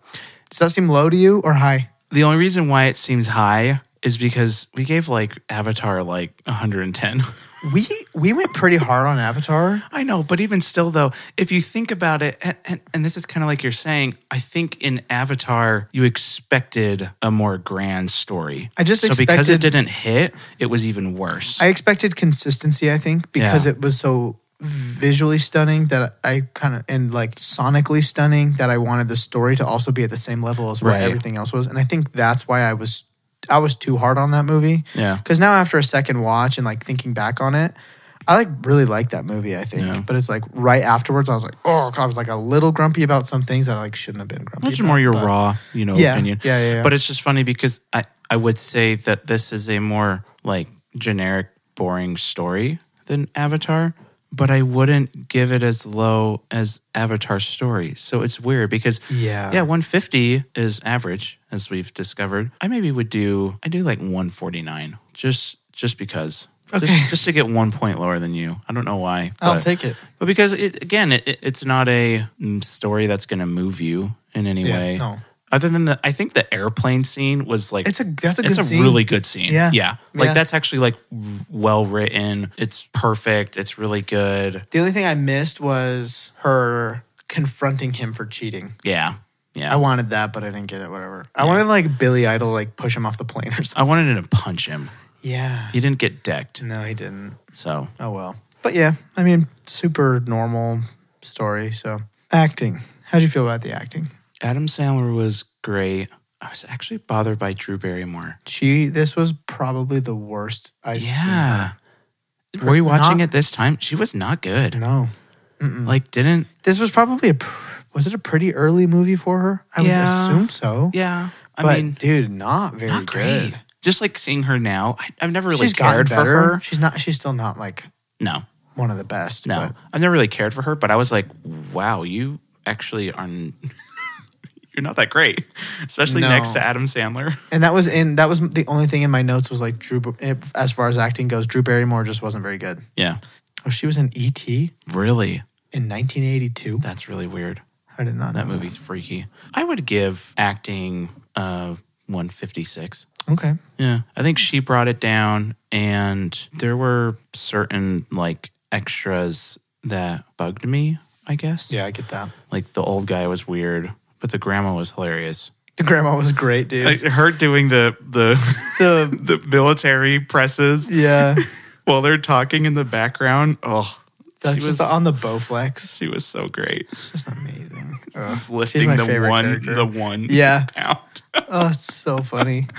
Speaker 1: Does that seem low to you or high?
Speaker 2: The only reason why it seems high is because we gave like Avatar like 110.
Speaker 1: We we went pretty hard on Avatar.
Speaker 2: I know, but even still, though, if you think about it, and, and, and this is kind of like you're saying, I think in Avatar, you expected a more grand story.
Speaker 1: I just
Speaker 2: so because
Speaker 1: expected-
Speaker 2: it didn't hit, it was even worse.
Speaker 1: I expected consistency, I think, because
Speaker 2: Yeah.
Speaker 1: it was so visually stunning that I kind of and like sonically stunning that I wanted the story to also be at the same level as what
Speaker 2: Right.
Speaker 1: everything else was. And I think that's why I was I was too hard on that movie.
Speaker 2: Yeah.
Speaker 1: Cuz now after a second watch and like thinking back on it, I like really like that movie, I think.
Speaker 2: Yeah.
Speaker 1: But it's like right afterwards I was like, "Oh, I was like a little grumpy about some things that I like shouldn't have been grumpy."
Speaker 2: much
Speaker 1: about,
Speaker 2: more your
Speaker 1: but-
Speaker 2: raw, you know,
Speaker 1: Yeah,
Speaker 2: opinion.
Speaker 1: yeah, yeah, yeah.
Speaker 2: But it's just funny because I, I would say that this is a more like generic, boring story than Avatar, but I wouldn't give it as low as Avatar story. So it's weird because
Speaker 1: Yeah.
Speaker 2: yeah, 150 is average as we've discovered. I maybe would do I do like 149 just just because.
Speaker 1: Okay.
Speaker 2: Just, just to get one point lower than you. I don't know why.
Speaker 1: I'll
Speaker 2: but-
Speaker 1: take it.
Speaker 2: but because it, again, it, it's not a mm, story that's going to move you in any
Speaker 1: Yeah,
Speaker 2: way.
Speaker 1: no.
Speaker 2: Other than the, I think the airplane scene was like
Speaker 1: It's a that's a
Speaker 2: it's
Speaker 1: good
Speaker 2: a
Speaker 1: scene.
Speaker 2: really good scene.
Speaker 1: Yeah.
Speaker 2: yeah. Like
Speaker 1: Yeah.
Speaker 2: that's actually like well written. It's perfect. It's really good.
Speaker 1: The only thing I missed was her confronting him for cheating.
Speaker 2: Yeah, yeah.
Speaker 1: I wanted that, but I didn't get it. Whatever. I wanted like Billy Idol, like push him off the plane or something.
Speaker 2: I wanted to punch him.
Speaker 1: Yeah.
Speaker 2: He didn't get decked.
Speaker 1: No, he didn't.
Speaker 2: So
Speaker 1: Oh well. But yeah, I mean, super normal story. So acting. How'd you feel about the acting?
Speaker 2: Adam Sandler was great. I was actually bothered by Drew Barrymore.
Speaker 1: She. This was probably the worst I've
Speaker 2: Yeah. Were you watching
Speaker 1: Not-
Speaker 2: it this time? She was not good.
Speaker 1: seen. No.
Speaker 2: Like didn't.
Speaker 1: This was probably a. pr- Was it a pretty early movie for her? I
Speaker 2: Yeah.
Speaker 1: would assume so.
Speaker 2: Yeah. I
Speaker 1: but
Speaker 2: mean,
Speaker 1: dude, not very
Speaker 2: not great.
Speaker 1: good.
Speaker 2: Just like seeing her now, I, I've never really
Speaker 1: she's gotten
Speaker 2: cared for
Speaker 1: better.
Speaker 2: her.
Speaker 1: She's not. She's still not like
Speaker 2: No,
Speaker 1: one of the best.
Speaker 2: no,
Speaker 1: but-
Speaker 2: I've never really cared for her. But I was like, wow, you actually are. n- you're not that great, especially
Speaker 1: No.
Speaker 2: next to Adam Sandler.
Speaker 1: And that was in that was the only thing in my notes was like Drew. As far as acting goes, Drew Barrymore just wasn't very good.
Speaker 2: Yeah,
Speaker 1: Oh, she was in ET in
Speaker 2: really,
Speaker 1: 1982.
Speaker 2: that's really weird.
Speaker 1: I did not know
Speaker 2: That movie's freaky. I would give acting uh 156.
Speaker 1: Okay,
Speaker 2: Yeah, I think she brought it down, and there were certain like extras that bugged me. I guess.
Speaker 1: yeah, I get that.
Speaker 2: Like the old guy was weird, but the grandma was hilarious.
Speaker 1: The grandma was great, dude.
Speaker 2: Like her doing the the
Speaker 1: the
Speaker 2: the military presses
Speaker 1: yeah,
Speaker 2: while they're talking in the background. Oh,
Speaker 1: that's
Speaker 2: she
Speaker 1: just
Speaker 2: was
Speaker 1: the, on the Bowflex.
Speaker 2: she was so great.
Speaker 1: Just amazing. Ugh.
Speaker 2: Just lifting
Speaker 1: my
Speaker 2: the
Speaker 1: favorite
Speaker 2: one
Speaker 1: character.
Speaker 2: the one
Speaker 1: Yeah.
Speaker 2: pound.
Speaker 1: Oh, it's so funny.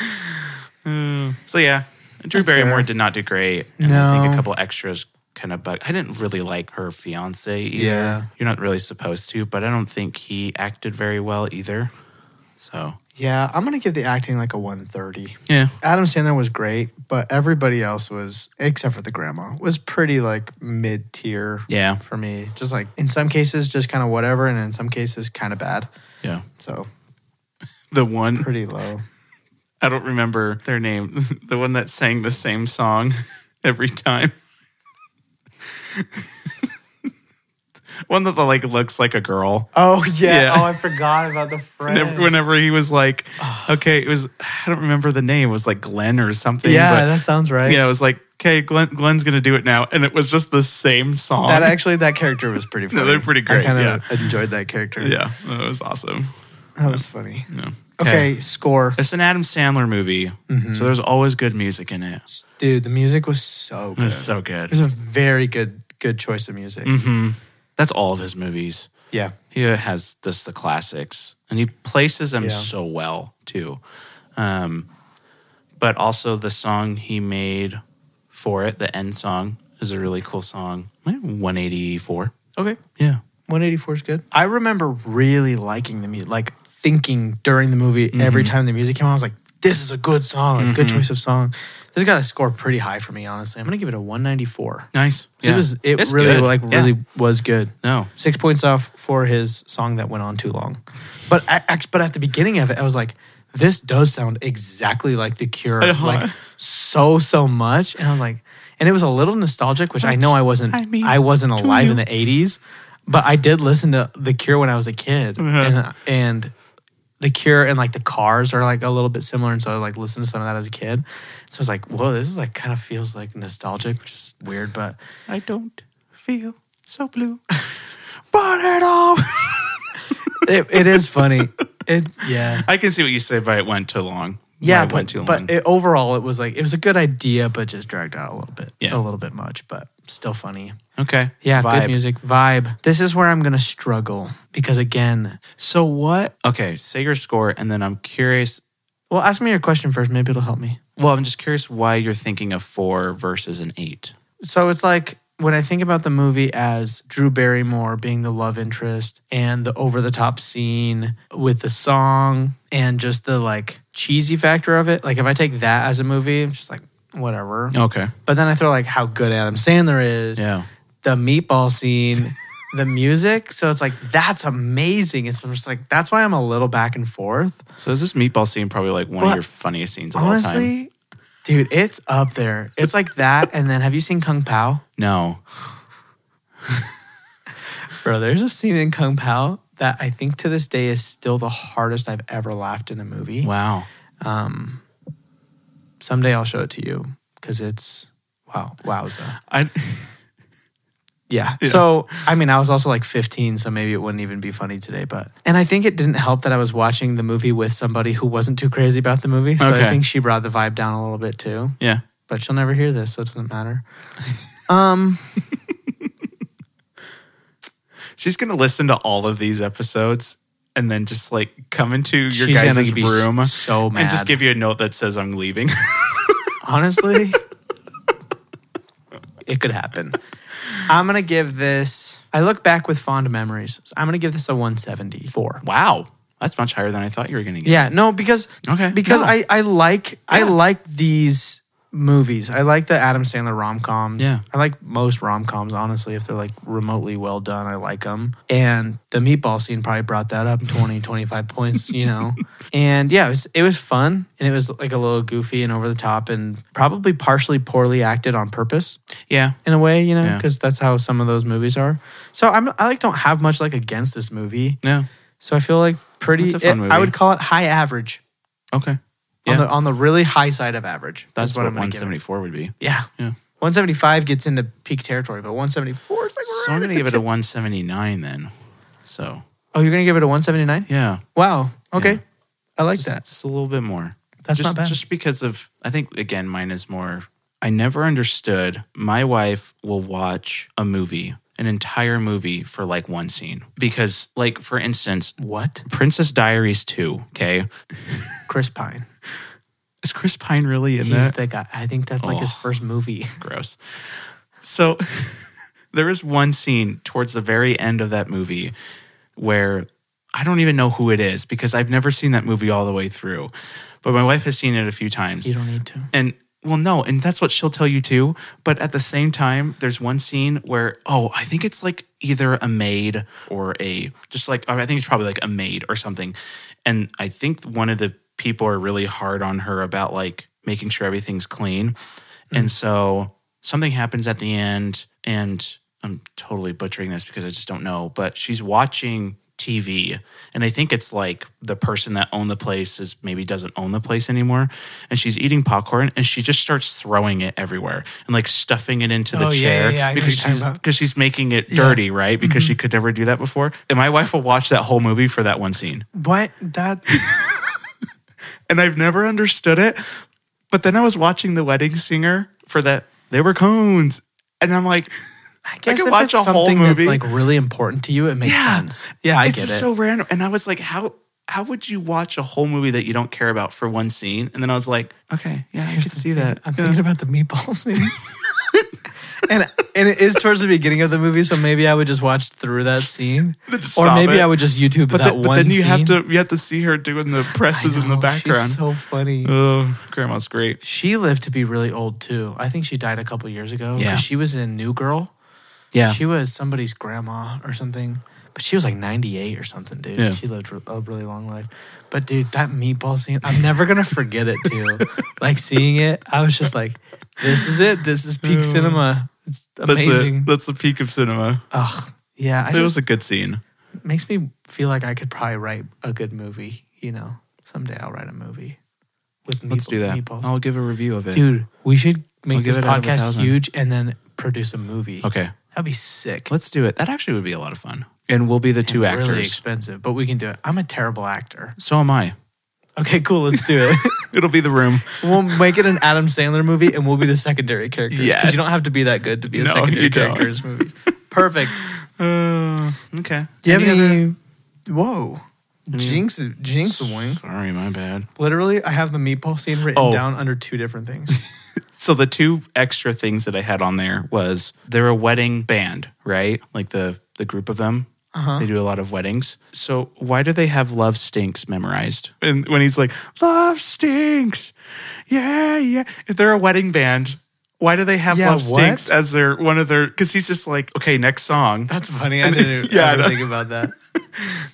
Speaker 2: So yeah, Drew
Speaker 1: That's
Speaker 2: Barrymore
Speaker 1: fair.
Speaker 2: did not do great. And I think
Speaker 1: No.
Speaker 2: a couple extras kind of bug. I didn't really like her fiance either.
Speaker 1: Yeah.
Speaker 2: You're not really supposed to, but I don't think he acted very well either. So
Speaker 1: Yeah, I'm gonna give the acting like a 130.
Speaker 2: yeah,
Speaker 1: Adam Sandler was great, but everybody else was, except for the grandma, was pretty like mid tier
Speaker 2: yeah,
Speaker 1: for me. Just like in some cases, just kind of whatever, and in some cases, kind of bad.
Speaker 2: yeah.
Speaker 1: So
Speaker 2: The one
Speaker 1: pretty low.
Speaker 2: I don't remember their name. The one that sang the same song every time. one that like looks like a girl.
Speaker 1: Oh yeah.
Speaker 2: Yeah.
Speaker 1: Oh, I forgot about the friend.
Speaker 2: Whenever, whenever he was like, okay, it was I don't remember the name. It was like Glenn or something.
Speaker 1: yeah,
Speaker 2: but-
Speaker 1: that sounds right.
Speaker 2: Yeah, it was like, okay, Glenn, Glenn's gonna do it now, and it was just the same song.
Speaker 1: That actually, that character was pretty funny.
Speaker 2: they're pretty great,
Speaker 1: I kind of enjoyed that character.
Speaker 2: yeah, that was awesome.
Speaker 1: that was funny.
Speaker 2: Yeah.
Speaker 1: Okay, Mm-hmm. score,
Speaker 2: it's an Adam Sandler movie, so there's always good music in it.
Speaker 1: dude. The music was so good.
Speaker 2: It's so
Speaker 1: It was
Speaker 2: good.
Speaker 1: a very good, good choice of music.
Speaker 2: Mm-hmm. That's all of his movies.
Speaker 1: Yeah,
Speaker 2: He has just the classics, and he places them
Speaker 1: Yeah.
Speaker 2: so well too. Um, but also the song he made for it, the end song, is a really cool song. 184.
Speaker 1: Okay.
Speaker 2: Yeah.
Speaker 1: 184 is good. I remember really liking the music, like thinking during the movie every
Speaker 2: Mm-hmm.
Speaker 1: time the music came on, I was like, this is a good song, a good choice of song. This got a score pretty high for me, honestly. I'm going to give it a 194.
Speaker 2: Nice.
Speaker 1: It
Speaker 2: Yeah.
Speaker 1: was, it
Speaker 2: It's
Speaker 1: really,
Speaker 2: good.
Speaker 1: like,
Speaker 2: Yeah.
Speaker 1: really was good.
Speaker 2: No.
Speaker 1: Six points off for his song that went on too long. But, I, act- but at the beginning of it, I was like, this does sound exactly like The Cure,
Speaker 2: Uh-huh.
Speaker 1: like so, so much. And I was like, and it was a little nostalgic, which I know I wasn't
Speaker 2: I
Speaker 1: I,
Speaker 2: mean,
Speaker 1: wasn't
Speaker 2: to
Speaker 1: alive
Speaker 2: you.
Speaker 1: in the eighties, but I did listen to The Cure when I was a kid,
Speaker 2: Uh-huh.
Speaker 1: and, and The Cure and like the Cars are like a little bit similar, and so I like listened to some of that as a kid. So I was like, whoa, this is like kind of feels like nostalgic, which is weird, but
Speaker 2: I don't feel so blue. but at all.
Speaker 1: it, it is funny. It yeah.
Speaker 2: I can see what you say by it went too long. By
Speaker 1: Yeah,
Speaker 2: it
Speaker 1: but,
Speaker 2: went too long.
Speaker 1: but it, overall, it was like it was a good idea, but just dragged out a little bit,
Speaker 2: Yeah.
Speaker 1: a little bit much, but still funny.
Speaker 2: okay.
Speaker 1: Yeah,
Speaker 2: Vibe.
Speaker 1: good music vibe. This is where I'm gonna struggle because again,
Speaker 2: So what? Okay, say your score, and then I'm curious.
Speaker 1: well, ask me your question first. Maybe it'll help me.
Speaker 2: Well, I'm just curious why you're thinking of four versus an eight.
Speaker 1: So it's like when I think about the movie as Drew Barrymore being the love interest and the over the top scene with the song and just the like cheesy factor of it. Like if I take that as a movie, I'm just like whatever.
Speaker 2: Okay.
Speaker 1: But then I throw like how good Adam Sandler is,
Speaker 2: Yeah.
Speaker 1: the meatball scene, the music. So it's like that's amazing. It's just like that's why I'm a little back and forth.
Speaker 2: So is this meatball scene probably like one of
Speaker 1: Well,
Speaker 2: your funniest scenes of all time?
Speaker 1: Honestly, dude, it's up there. It's like that. And then have you seen Kung Pao?
Speaker 2: No.
Speaker 1: Bro, there's a scene in Kung Pao that I think to this day is still the hardest I've ever laughed in a movie.
Speaker 2: Wow.
Speaker 1: Someday I'll show it to you because it's wow, wowza.
Speaker 2: I
Speaker 1: Yeah. So, I mean, I was also like 15, so maybe it wouldn't even be funny today. But, and I think it didn't help that I was watching the movie with somebody who wasn't too crazy about the movie. So
Speaker 2: Okay.
Speaker 1: I think she brought the vibe down a little bit too.
Speaker 2: yeah.
Speaker 1: But she'll never hear this, so it doesn't matter.
Speaker 2: She's gonna listen to all of these episodes and then just like come into your
Speaker 1: She's
Speaker 2: guys'
Speaker 1: gonna be
Speaker 2: room
Speaker 1: so
Speaker 2: and just
Speaker 1: mad.
Speaker 2: give you a note that says I'm leaving.
Speaker 1: honestly, it could happen. I'm gonna give this. I look back with fond memories. So I'm gonna give this a 174.
Speaker 2: Wow, that's much higher than I thought you were going to get.
Speaker 1: Yeah, no, because
Speaker 2: Okay,
Speaker 1: because
Speaker 2: no.
Speaker 1: I I like I
Speaker 2: Yeah.
Speaker 1: like these movies. I like the Adam Sandler rom coms.
Speaker 2: Yeah.
Speaker 1: I like most rom coms, honestly, if they're like remotely well done. I like them. And the meatball scene probably brought that up 20, 25 points, you know? And yeah, it was, it was fun. And it was like a little goofy and over the top and probably partially poorly acted on purpose
Speaker 2: Yeah.
Speaker 1: in a way, you know,
Speaker 2: Yeah.
Speaker 1: because that's how some of those movies are. So I'm, I like don't have much like against this movie.
Speaker 2: No.
Speaker 1: So I feel like pretty,
Speaker 2: It's a fun
Speaker 1: it- I
Speaker 2: movie.
Speaker 1: would call it high average.
Speaker 2: Okay.
Speaker 1: On,
Speaker 2: Yeah.
Speaker 1: the, on the really high side of average.
Speaker 2: That's
Speaker 1: is
Speaker 2: what,
Speaker 1: I'm gonna give it.
Speaker 2: 174 would be.
Speaker 1: Yeah.
Speaker 2: Yeah.
Speaker 1: 175 gets into peak territory, but 174 is like
Speaker 2: So
Speaker 1: right
Speaker 2: I'm
Speaker 1: at
Speaker 2: gonna
Speaker 1: the
Speaker 2: give it a
Speaker 1: tip.
Speaker 2: 179 then. So
Speaker 1: Oh, you're going to give it a 179?
Speaker 2: yeah,
Speaker 1: Wow. Okay.
Speaker 2: Yeah.
Speaker 1: I like
Speaker 2: just,
Speaker 1: that.
Speaker 2: Just a little bit more.
Speaker 1: That's
Speaker 2: just,
Speaker 1: not bad.
Speaker 2: Just because of, I think again, mine is more. I never understood. My wife will watch a movie, an entire movie for like one scene because, like for instance,
Speaker 1: What?
Speaker 2: Princess Diaries two. Okay,
Speaker 1: Chris Pine.
Speaker 2: is Chris Pine really in
Speaker 1: He's
Speaker 2: that?
Speaker 1: the guy. I think that's like his
Speaker 2: Oh.
Speaker 1: first movie.
Speaker 2: gross. So there is one scene towards the very end of that movie where I don't even know who it is because I've never seen that movie all the way through. But my wife has seen it a few times.
Speaker 1: You don't need to.
Speaker 2: And well, no, and that's what she'll tell you too. But at the same time, there's one scene where, oh, I think it's like either a maid or a just like I think it's probably like a maid or something. And I think one of the people are really hard on her about like making sure everything's clean. And so something happens at the end, and I'm totally butchering this because I just don't know, but she's watching TV. And I think it's like the person that owned the place is maybe doesn't own the place anymore. And she's eating popcorn and she just starts throwing it everywhere and like stuffing it into the
Speaker 1: Oh, yeah,
Speaker 2: chair
Speaker 1: yeah, yeah, I know what you're
Speaker 2: because
Speaker 1: talking
Speaker 2: she's
Speaker 1: about. Mm-hmm.
Speaker 2: because she's making it dirty, right? Because she could never do that before. And my wife will watch that whole movie for that one scene
Speaker 1: What? That.
Speaker 2: and I've never understood it. But then I was watching The Wedding Singer for that. They were cones, and I'm like,
Speaker 1: I guess
Speaker 2: could
Speaker 1: if
Speaker 2: watch
Speaker 1: it's
Speaker 2: a
Speaker 1: something
Speaker 2: whole
Speaker 1: that's
Speaker 2: movie.
Speaker 1: like really important to you, it makes
Speaker 2: Yeah.
Speaker 1: sense. Yeah, I
Speaker 2: it's
Speaker 1: get it.
Speaker 2: just so random. And I was like, how how would you watch a whole movie that you don't care about for one scene? And then I was like, okay, yeah, I could see that.
Speaker 1: I'm thinking about the meatball scene. and and it is towards the beginning of the movie, so maybe I would just watch through that scene,
Speaker 2: Stop
Speaker 1: or maybe
Speaker 2: it.
Speaker 1: I would just YouTube
Speaker 2: But,
Speaker 1: that
Speaker 2: then-
Speaker 1: one.
Speaker 2: but then you have
Speaker 1: scene.
Speaker 2: to you have to see her doing the
Speaker 1: I
Speaker 2: presses in the
Speaker 1: know,
Speaker 2: background.
Speaker 1: She's so funny.
Speaker 2: oh, grandma's great.
Speaker 1: She lived to be really old too. I think she died a couple years ago. 'cause
Speaker 2: Yeah.
Speaker 1: she was in New Girl.
Speaker 2: Yeah,
Speaker 1: She was somebody's grandma or something. But she was like 98 or something, dude.
Speaker 2: Yeah.
Speaker 1: She lived a really long life. But dude, that meatball scene, I'm never gonna forget it too. like seeing it, I was just like, this is it. This is peak cinema. It's
Speaker 2: that's
Speaker 1: amazing.
Speaker 2: it. That's the peak of cinema.
Speaker 1: Ugh. Yeah, I
Speaker 2: it was
Speaker 1: just,
Speaker 2: a good scene.
Speaker 1: makes me feel like I could probably write a good movie. You know, someday I'll write a movie with meatball,
Speaker 2: Let's do that.
Speaker 1: meatballs.
Speaker 2: I'll give a review of it,
Speaker 1: Dude, we should make
Speaker 2: I'll give
Speaker 1: this
Speaker 2: it out of a
Speaker 1: podcast
Speaker 2: thousand.
Speaker 1: huge and then produce a movie.
Speaker 2: Okay,
Speaker 1: That'd be sick.
Speaker 2: Let's do it. That actually would be a lot of fun. And we'll be the two
Speaker 1: And
Speaker 2: actors.
Speaker 1: Really expensive, but we can do it. I'm a terrible actor.
Speaker 2: so am I.
Speaker 1: Okay, cool. Let's do it.
Speaker 2: It'll be the room.
Speaker 1: we'll make it an Adam Sandler movie, and we'll be the secondary characters. Because
Speaker 2: Yes.
Speaker 1: you don't have to be that good to be a
Speaker 2: No,
Speaker 1: secondary
Speaker 2: you don't.
Speaker 1: character in his movies. Perfect.
Speaker 2: Uh, okay.
Speaker 1: Do you have any?
Speaker 2: other-
Speaker 1: whoa. Jinx, jinx the wings.
Speaker 2: Sorry, my bad.
Speaker 1: Literally, I have the meatball scene written
Speaker 2: Oh.
Speaker 1: down under two different things.
Speaker 2: So the two extra things that I had on there was they're a wedding band, right? Like the the group of them.
Speaker 1: Uh-huh.
Speaker 2: They do a lot of weddings. So why do they have "Love Stinks" memorized? And when he's like, "Love stinks," yeah, yeah. If they're a wedding band, why do they have
Speaker 1: Yeah,
Speaker 2: "Love
Speaker 1: what?
Speaker 2: Stinks" as their one of their? Because he's just like, okay, next song.
Speaker 1: That's funny. I didn't
Speaker 2: Yeah, I
Speaker 1: ever
Speaker 2: know.
Speaker 1: think about that.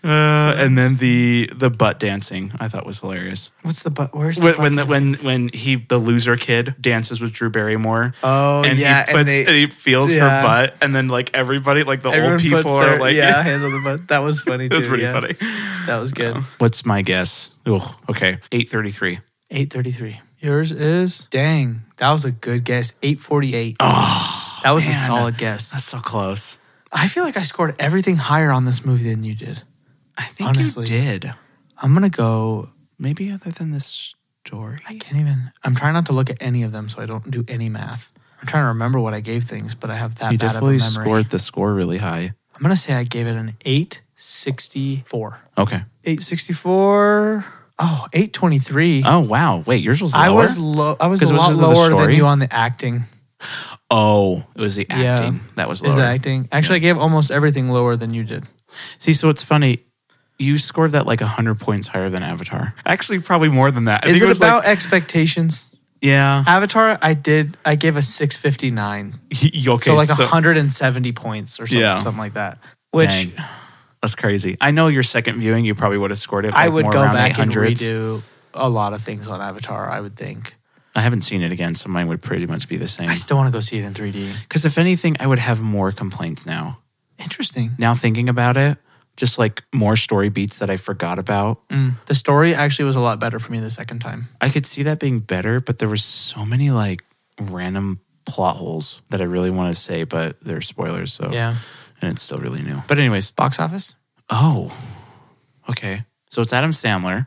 Speaker 2: Uh, and then the the butt dancing I thought was hilarious.
Speaker 1: What's the but? Where's the
Speaker 2: When when, the,
Speaker 1: podcast?
Speaker 2: when when he the loser kid dances with Drew Barrymore.
Speaker 1: Oh
Speaker 2: and
Speaker 1: yeah,
Speaker 2: he puts, and,
Speaker 1: they-
Speaker 2: he feels
Speaker 1: yeah.
Speaker 2: her butt, and then like everybody, like the
Speaker 1: Everyone
Speaker 2: old people
Speaker 1: puts their,
Speaker 2: are like,
Speaker 1: yeah, hands on the butt. That was funny
Speaker 2: it
Speaker 1: too.
Speaker 2: was pretty
Speaker 1: yeah.
Speaker 2: funny.
Speaker 1: That was good.
Speaker 2: What's my guess? Oh, okay, eight thirty three.
Speaker 1: Eight thirty three. Yours is dang. That was a good guess. Eight forty eight.
Speaker 2: Oh,
Speaker 1: that was a
Speaker 2: man.
Speaker 1: solid guess.
Speaker 2: that's so close.
Speaker 1: I feel like I scored everything higher on this movie than you did.
Speaker 2: I think
Speaker 1: Honestly.
Speaker 2: you did.
Speaker 1: I'm gonna go.
Speaker 2: Maybe other than this story.
Speaker 1: I can't even. I'm trying not to look at any of them, so I don't do any math. I'm trying to remember what I gave things, but I have that
Speaker 2: You
Speaker 1: bad of a memory.
Speaker 2: definitely scored the score really high.
Speaker 1: I'm gonna say I gave it an eight sixty four.
Speaker 2: Okay.
Speaker 1: Eight sixty four. Oh, 823.
Speaker 2: Oh wow. Wait, yours was. Lower?
Speaker 1: I was low. I was a
Speaker 2: 'Cause it was
Speaker 1: lot
Speaker 2: just the
Speaker 1: lower than
Speaker 2: story?
Speaker 1: you on the acting.
Speaker 2: Oh, it was the
Speaker 1: Yeah.
Speaker 2: acting that was
Speaker 1: Is
Speaker 2: lower.
Speaker 1: the acting? Actually, I gave almost everything lower than you did.
Speaker 2: See, so it's funny. You scored that like hundred points higher than Avatar. Actually, probably more than that. I
Speaker 1: Is
Speaker 2: think
Speaker 1: it,
Speaker 2: was
Speaker 1: about
Speaker 2: like,
Speaker 1: expectations?
Speaker 2: Yeah.
Speaker 1: Avatar, I did. I gave a six fifty nine,
Speaker 2: You- okay.
Speaker 1: so like hundred and seventy points or something,
Speaker 2: Yeah.
Speaker 1: something like that. Which
Speaker 2: Dang. that's crazy. I know your second viewing, you probably would have scored it.
Speaker 1: I
Speaker 2: like,
Speaker 1: would
Speaker 2: more
Speaker 1: go
Speaker 2: around
Speaker 1: back and
Speaker 2: 800s.
Speaker 1: redo a lot of things on Avatar. I would think.
Speaker 2: I haven't seen it again, so mine would pretty much be the same.
Speaker 1: I still want to go see it in three D.
Speaker 2: Because if anything, I would have more complaints now.
Speaker 1: Interesting.
Speaker 2: Now thinking about it, just like more story beats that I forgot about.
Speaker 1: Mm. The story actually was a lot better for me the second time.
Speaker 2: I could see that being better, but there was so many like random plot holes that I really want to say, but they're spoilers, so
Speaker 1: Yeah.
Speaker 2: and it's still really new. But anyways,
Speaker 1: Box office.
Speaker 2: oh, okay. So it's Adam Sandler.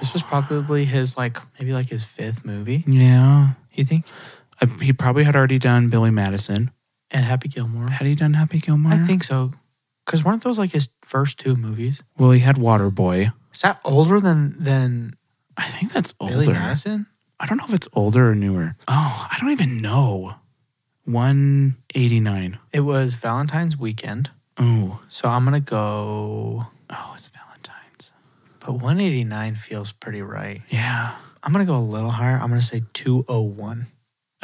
Speaker 1: This was probably his like maybe like his fifth movie.
Speaker 2: Yeah,
Speaker 1: You think?
Speaker 2: I, he probably had already done Billy Madison.
Speaker 1: And Happy Gilmore.
Speaker 2: Had he done Happy Gilmore?
Speaker 1: I think so. Because weren't those like his first two movies?
Speaker 2: Well, he had Waterboy.
Speaker 1: Is that older than than
Speaker 2: I think that's older.
Speaker 1: Billy Madison?
Speaker 2: I don't know if it's older or newer. Oh, I don't even know. 189.
Speaker 1: It was Valentine's weekend,
Speaker 2: Oh,
Speaker 1: so I'm gonna go.
Speaker 2: oh, it's Valentine's.
Speaker 1: But 189 feels pretty right.
Speaker 2: Yeah.
Speaker 1: I'm gonna go a little higher. I'm gonna say 201.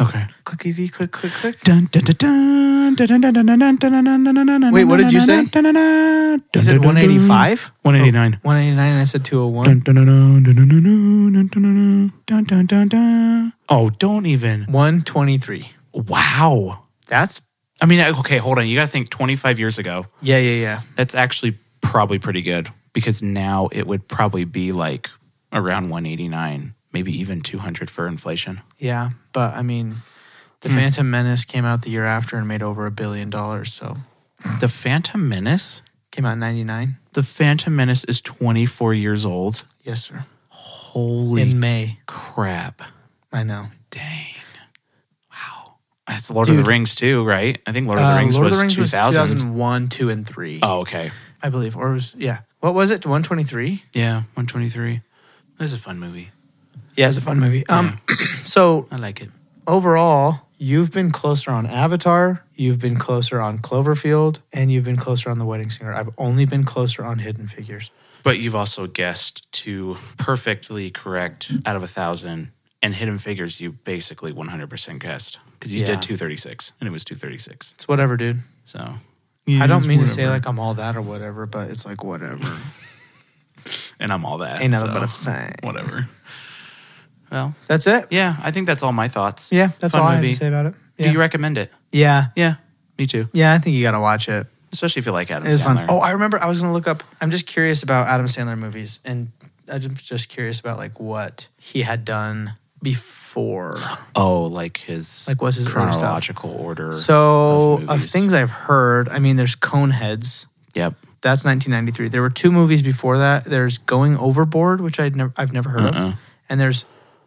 Speaker 2: Okay.
Speaker 1: Clickety click click click.
Speaker 2: Dun, dun, dun, dun, dun, dun, dun, dun, dun, dun, dun, dun, dun, dun, dun,
Speaker 1: Wait, what did you say?
Speaker 2: dun, dun, dun,
Speaker 1: You
Speaker 2: dun,
Speaker 1: said
Speaker 2: dun, dun,
Speaker 1: 185?
Speaker 2: dun. 189.
Speaker 1: 189. And I said 201.
Speaker 2: Dun, dun, dun, dun, dun, dun, dun, dun, dun, dun, dun, dun, dun. Oh, don't even.
Speaker 1: 123.
Speaker 2: Wow.
Speaker 1: That's
Speaker 2: I mean, okay, hold on. You got to think 25 years ago.
Speaker 1: yeah yeah yeah.
Speaker 2: That's actually probably pretty good because now it would probably be like around 189, maybe even 200 for inflation.
Speaker 1: Yeah, but I mean,
Speaker 2: Hmm.
Speaker 1: The Phantom Menace came out the year after and made over a billion dollars. So
Speaker 2: The Phantom Menace?
Speaker 1: came out in '99.
Speaker 2: The Phantom Menace is 24 years old.
Speaker 1: Yes, sir.
Speaker 2: Holy
Speaker 1: In May,
Speaker 2: crap.
Speaker 1: I know.
Speaker 2: Dang. Wow. That's Lord of
Speaker 1: Dude.
Speaker 2: the Rings too, right? I think Lord of the
Speaker 1: Uh,
Speaker 2: Rings,
Speaker 1: Lord
Speaker 2: was,
Speaker 1: of the Rings
Speaker 2: 2000.
Speaker 1: was 2001, two, and three.
Speaker 2: Oh, okay.
Speaker 1: I believe, or it was yeah. What was it? 123.
Speaker 2: Yeah, 123. This is a fun movie.
Speaker 1: Yeah, it's a fun movie. Um, so
Speaker 2: I like it.
Speaker 1: overall, you've been closer on Avatar, you've been closer on Cloverfield, and you've been closer on The Wedding Singer. I've only been closer on Hidden Figures.
Speaker 2: But you've also guessed two perfectly correct out of a thousand. And Hidden Figures, you basically 100% guessed because you
Speaker 1: Yeah.
Speaker 2: did 236 and it was 236.
Speaker 1: It's whatever, dude.
Speaker 2: So
Speaker 1: I don't mean to say like I'm all that or whatever, but it's like whatever.
Speaker 2: and I'm all that.
Speaker 1: Ain't nothing
Speaker 2: so
Speaker 1: but a thing.
Speaker 2: Whatever. Well,
Speaker 1: That's it.
Speaker 2: yeah, I think that's all my thoughts.
Speaker 1: Yeah, that's
Speaker 2: Fun
Speaker 1: all I
Speaker 2: movie.
Speaker 1: have to say about it. Yeah.
Speaker 2: Do you recommend it?
Speaker 1: yeah,
Speaker 2: Yeah, me too.
Speaker 1: yeah. I think you gotta watch it.
Speaker 2: Especially if you like Adam
Speaker 1: It was fun.
Speaker 2: Sandler.
Speaker 1: Oh, I remember. I was gonna look up. I'm just curious about Adam Sandler movies, and I'm just curious about like what he had done before.
Speaker 2: Oh, like his
Speaker 1: Like, what's his early stuff?
Speaker 2: chronological order.
Speaker 1: So
Speaker 2: of
Speaker 1: of
Speaker 2: movies.
Speaker 1: things I've heard, I mean, there's Coneheads.
Speaker 2: Yep.
Speaker 1: That's 1993. There were two movies before that. There's Going Overboard, which I'd never I've never heard
Speaker 2: Uh-uh.
Speaker 1: of, and there's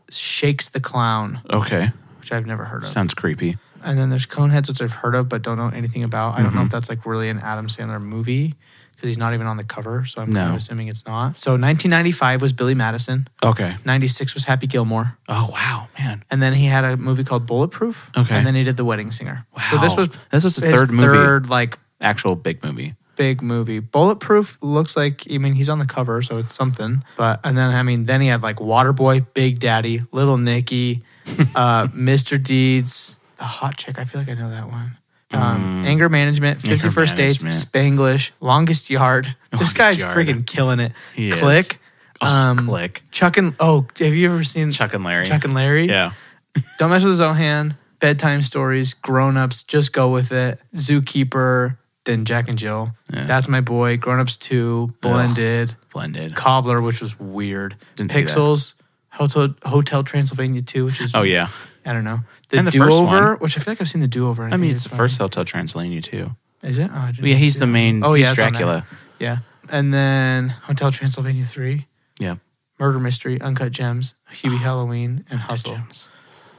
Speaker 1: Shakes the Clown,
Speaker 2: Okay.
Speaker 1: which I've never heard of.
Speaker 2: Sounds creepy.
Speaker 1: And then there's Coneheads, which I've heard of but don't know anything about. I don't
Speaker 2: Mm-hmm.
Speaker 1: know if that's like really an Adam Sandler movie because he's not even on the cover. So I'm kind
Speaker 2: No.
Speaker 1: of assuming it's not. So 1995 was Billy Madison.
Speaker 2: Okay.
Speaker 1: 96 was Happy Gilmore.
Speaker 2: Oh wow, man.
Speaker 1: And then he had a movie called Bulletproof.
Speaker 2: Okay.
Speaker 1: And then he did The Wedding Singer. So this was
Speaker 2: this was the
Speaker 1: his
Speaker 2: third movie,
Speaker 1: third like
Speaker 2: actual big movie.
Speaker 1: big movie. Bulletproof looks like I mean he's on the cover, so it's something. But and then I mean then he had like Waterboy, Big Daddy, Little Nicky, uh, Mr. Deeds, the hot chick. I feel like I know that one. Um, Anger management,
Speaker 2: Mm. Anger
Speaker 1: Fifty First Dates,
Speaker 2: Management.
Speaker 1: Spanglish, Longest Yard. this
Speaker 2: Longest
Speaker 1: guy's
Speaker 2: Yard.
Speaker 1: freaking killing it.
Speaker 2: He is.
Speaker 1: Click,
Speaker 2: Oh, click.
Speaker 1: Chuck and oh, have you ever seen
Speaker 2: Chuck and Larry.
Speaker 1: Um, Chuck and Larry?
Speaker 2: Yeah.
Speaker 1: Don't mess with Zohan. Bedtime stories, grown ups, just go with it. Zookeeper, then Jack and Jill.
Speaker 2: Yeah.
Speaker 1: That's my boy. Grown ups two, blended.
Speaker 2: Blended.
Speaker 1: Cobbler, which was weird.
Speaker 2: Didn't see that.
Speaker 1: Pixels, Hotel Hotel Transylvania two, which is
Speaker 2: Oh yeah.
Speaker 1: I don't know. The,
Speaker 2: And the
Speaker 1: do
Speaker 2: first
Speaker 1: over, which I feel like I've seen the do over.
Speaker 2: I mean, it's the first Hotel Transylvania too.
Speaker 1: Is it? Oh, I didn't
Speaker 2: Yeah, he's
Speaker 1: see
Speaker 2: the
Speaker 1: that.
Speaker 2: main-
Speaker 1: Oh
Speaker 2: he's
Speaker 1: yeah, it's on there.
Speaker 2: Dracula.
Speaker 1: Yeah, and then Hotel Transylvania three,
Speaker 2: Yeah.
Speaker 1: Murder Mystery, Uncut Gems, Huey Halloween, and Hustle.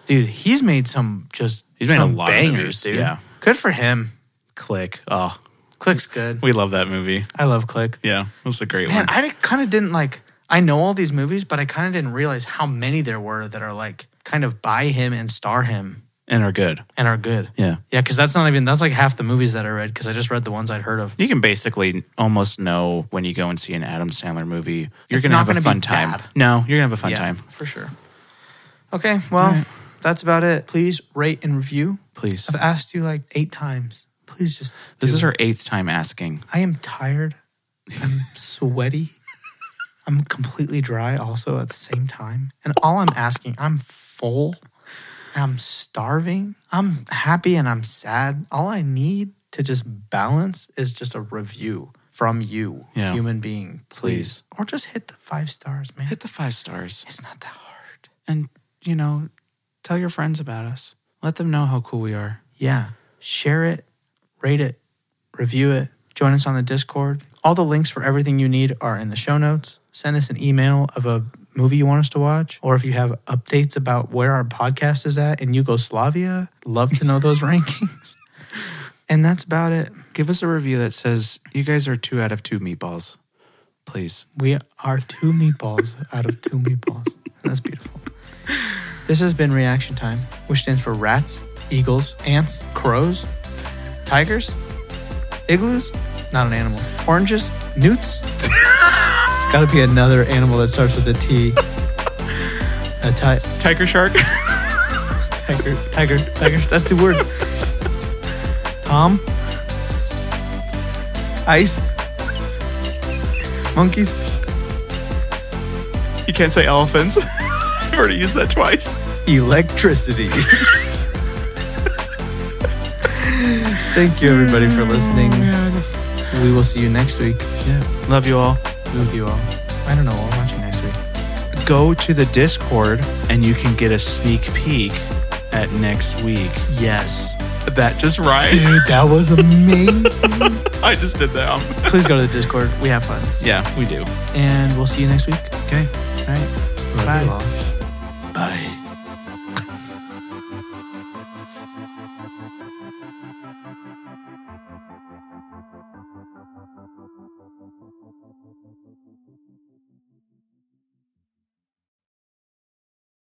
Speaker 1: Dude, he's made some just
Speaker 2: He's made a
Speaker 1: some
Speaker 2: lot of movies, yeah.
Speaker 1: good for him.
Speaker 2: Click. Oh,
Speaker 1: Click's good.
Speaker 2: we love that movie.
Speaker 1: I love Click.
Speaker 2: Yeah, that's a great
Speaker 1: Man,
Speaker 2: one.
Speaker 1: I kind of didn't like. I know all these movies, but I kind of didn't realize how many there were that are like kind of by him and star him
Speaker 2: and are good.
Speaker 1: and are good.
Speaker 2: Yeah.
Speaker 1: Yeah, because that's not even that's like half the movies that I read because I just read the ones I'd heard of.
Speaker 2: You can basically almost know when you go and see an Adam Sandler movie, you're
Speaker 1: It's
Speaker 2: going to
Speaker 1: not
Speaker 2: have
Speaker 1: gonna
Speaker 2: a
Speaker 1: be
Speaker 2: fun time.
Speaker 1: bad.
Speaker 2: No, you're going to have a fun
Speaker 1: yeah,
Speaker 2: time.
Speaker 1: for sure. Okay, well, that's about it. Please rate and review.
Speaker 2: Please.
Speaker 1: I've asked you like eight times. Please just.
Speaker 2: This
Speaker 1: do
Speaker 2: is
Speaker 1: it.
Speaker 2: her eighth time asking.
Speaker 1: I am tired. I'm sweaty. I'm completely dry also at the same time. And all I'm asking, I'm full. I'm starving. I'm happy and I'm sad. All I need to just balance is just a review from you,
Speaker 2: Yeah.
Speaker 1: human being, please.
Speaker 2: Please.
Speaker 1: Or just hit the five stars, man.
Speaker 2: Hit the five stars.
Speaker 1: It's not that hard.
Speaker 2: And, you know, tell your friends about us. Let them know how cool we are.
Speaker 1: Yeah. Share it, rate it, review it, join us on the Discord. All the links for everything you need are in the show notes. Send us an email of a movie you want us to watch, or if you have updates about where our podcast is at in Yugoslavia, love to know those rankings. And that's about it.
Speaker 2: Give us a review that says, you guys are two out of two meatballs. Please.
Speaker 1: We are two meatballs out of two meatballs. That's beautiful. This has been Reaction Time, which stands for rats, eagles, ants, crows, tigers, igloos, not an animal, oranges, newts. it's got to be another animal that starts with a T. A ti-
Speaker 2: Tiger Shark.
Speaker 1: tiger, tiger, tiger. That's the word. Tom. Ice. Monkeys.
Speaker 2: you can't say elephants. I've already used that twice.
Speaker 1: electricity. Thank you, everybody, for listening. We will see you next week.
Speaker 2: Yeah. Love you all.
Speaker 1: Love you all. I don't know. I'll watch you next week.
Speaker 2: Go to the Discord and you can get a sneak peek at next week.
Speaker 1: Yes.
Speaker 2: That just right.
Speaker 1: Dude, that was amazing.
Speaker 2: I just did that.
Speaker 1: Please go to the Discord. We have fun.
Speaker 2: Yeah, we do.
Speaker 1: And we'll see you next week.
Speaker 2: Okay. All right.
Speaker 1: Bye.
Speaker 2: Bye.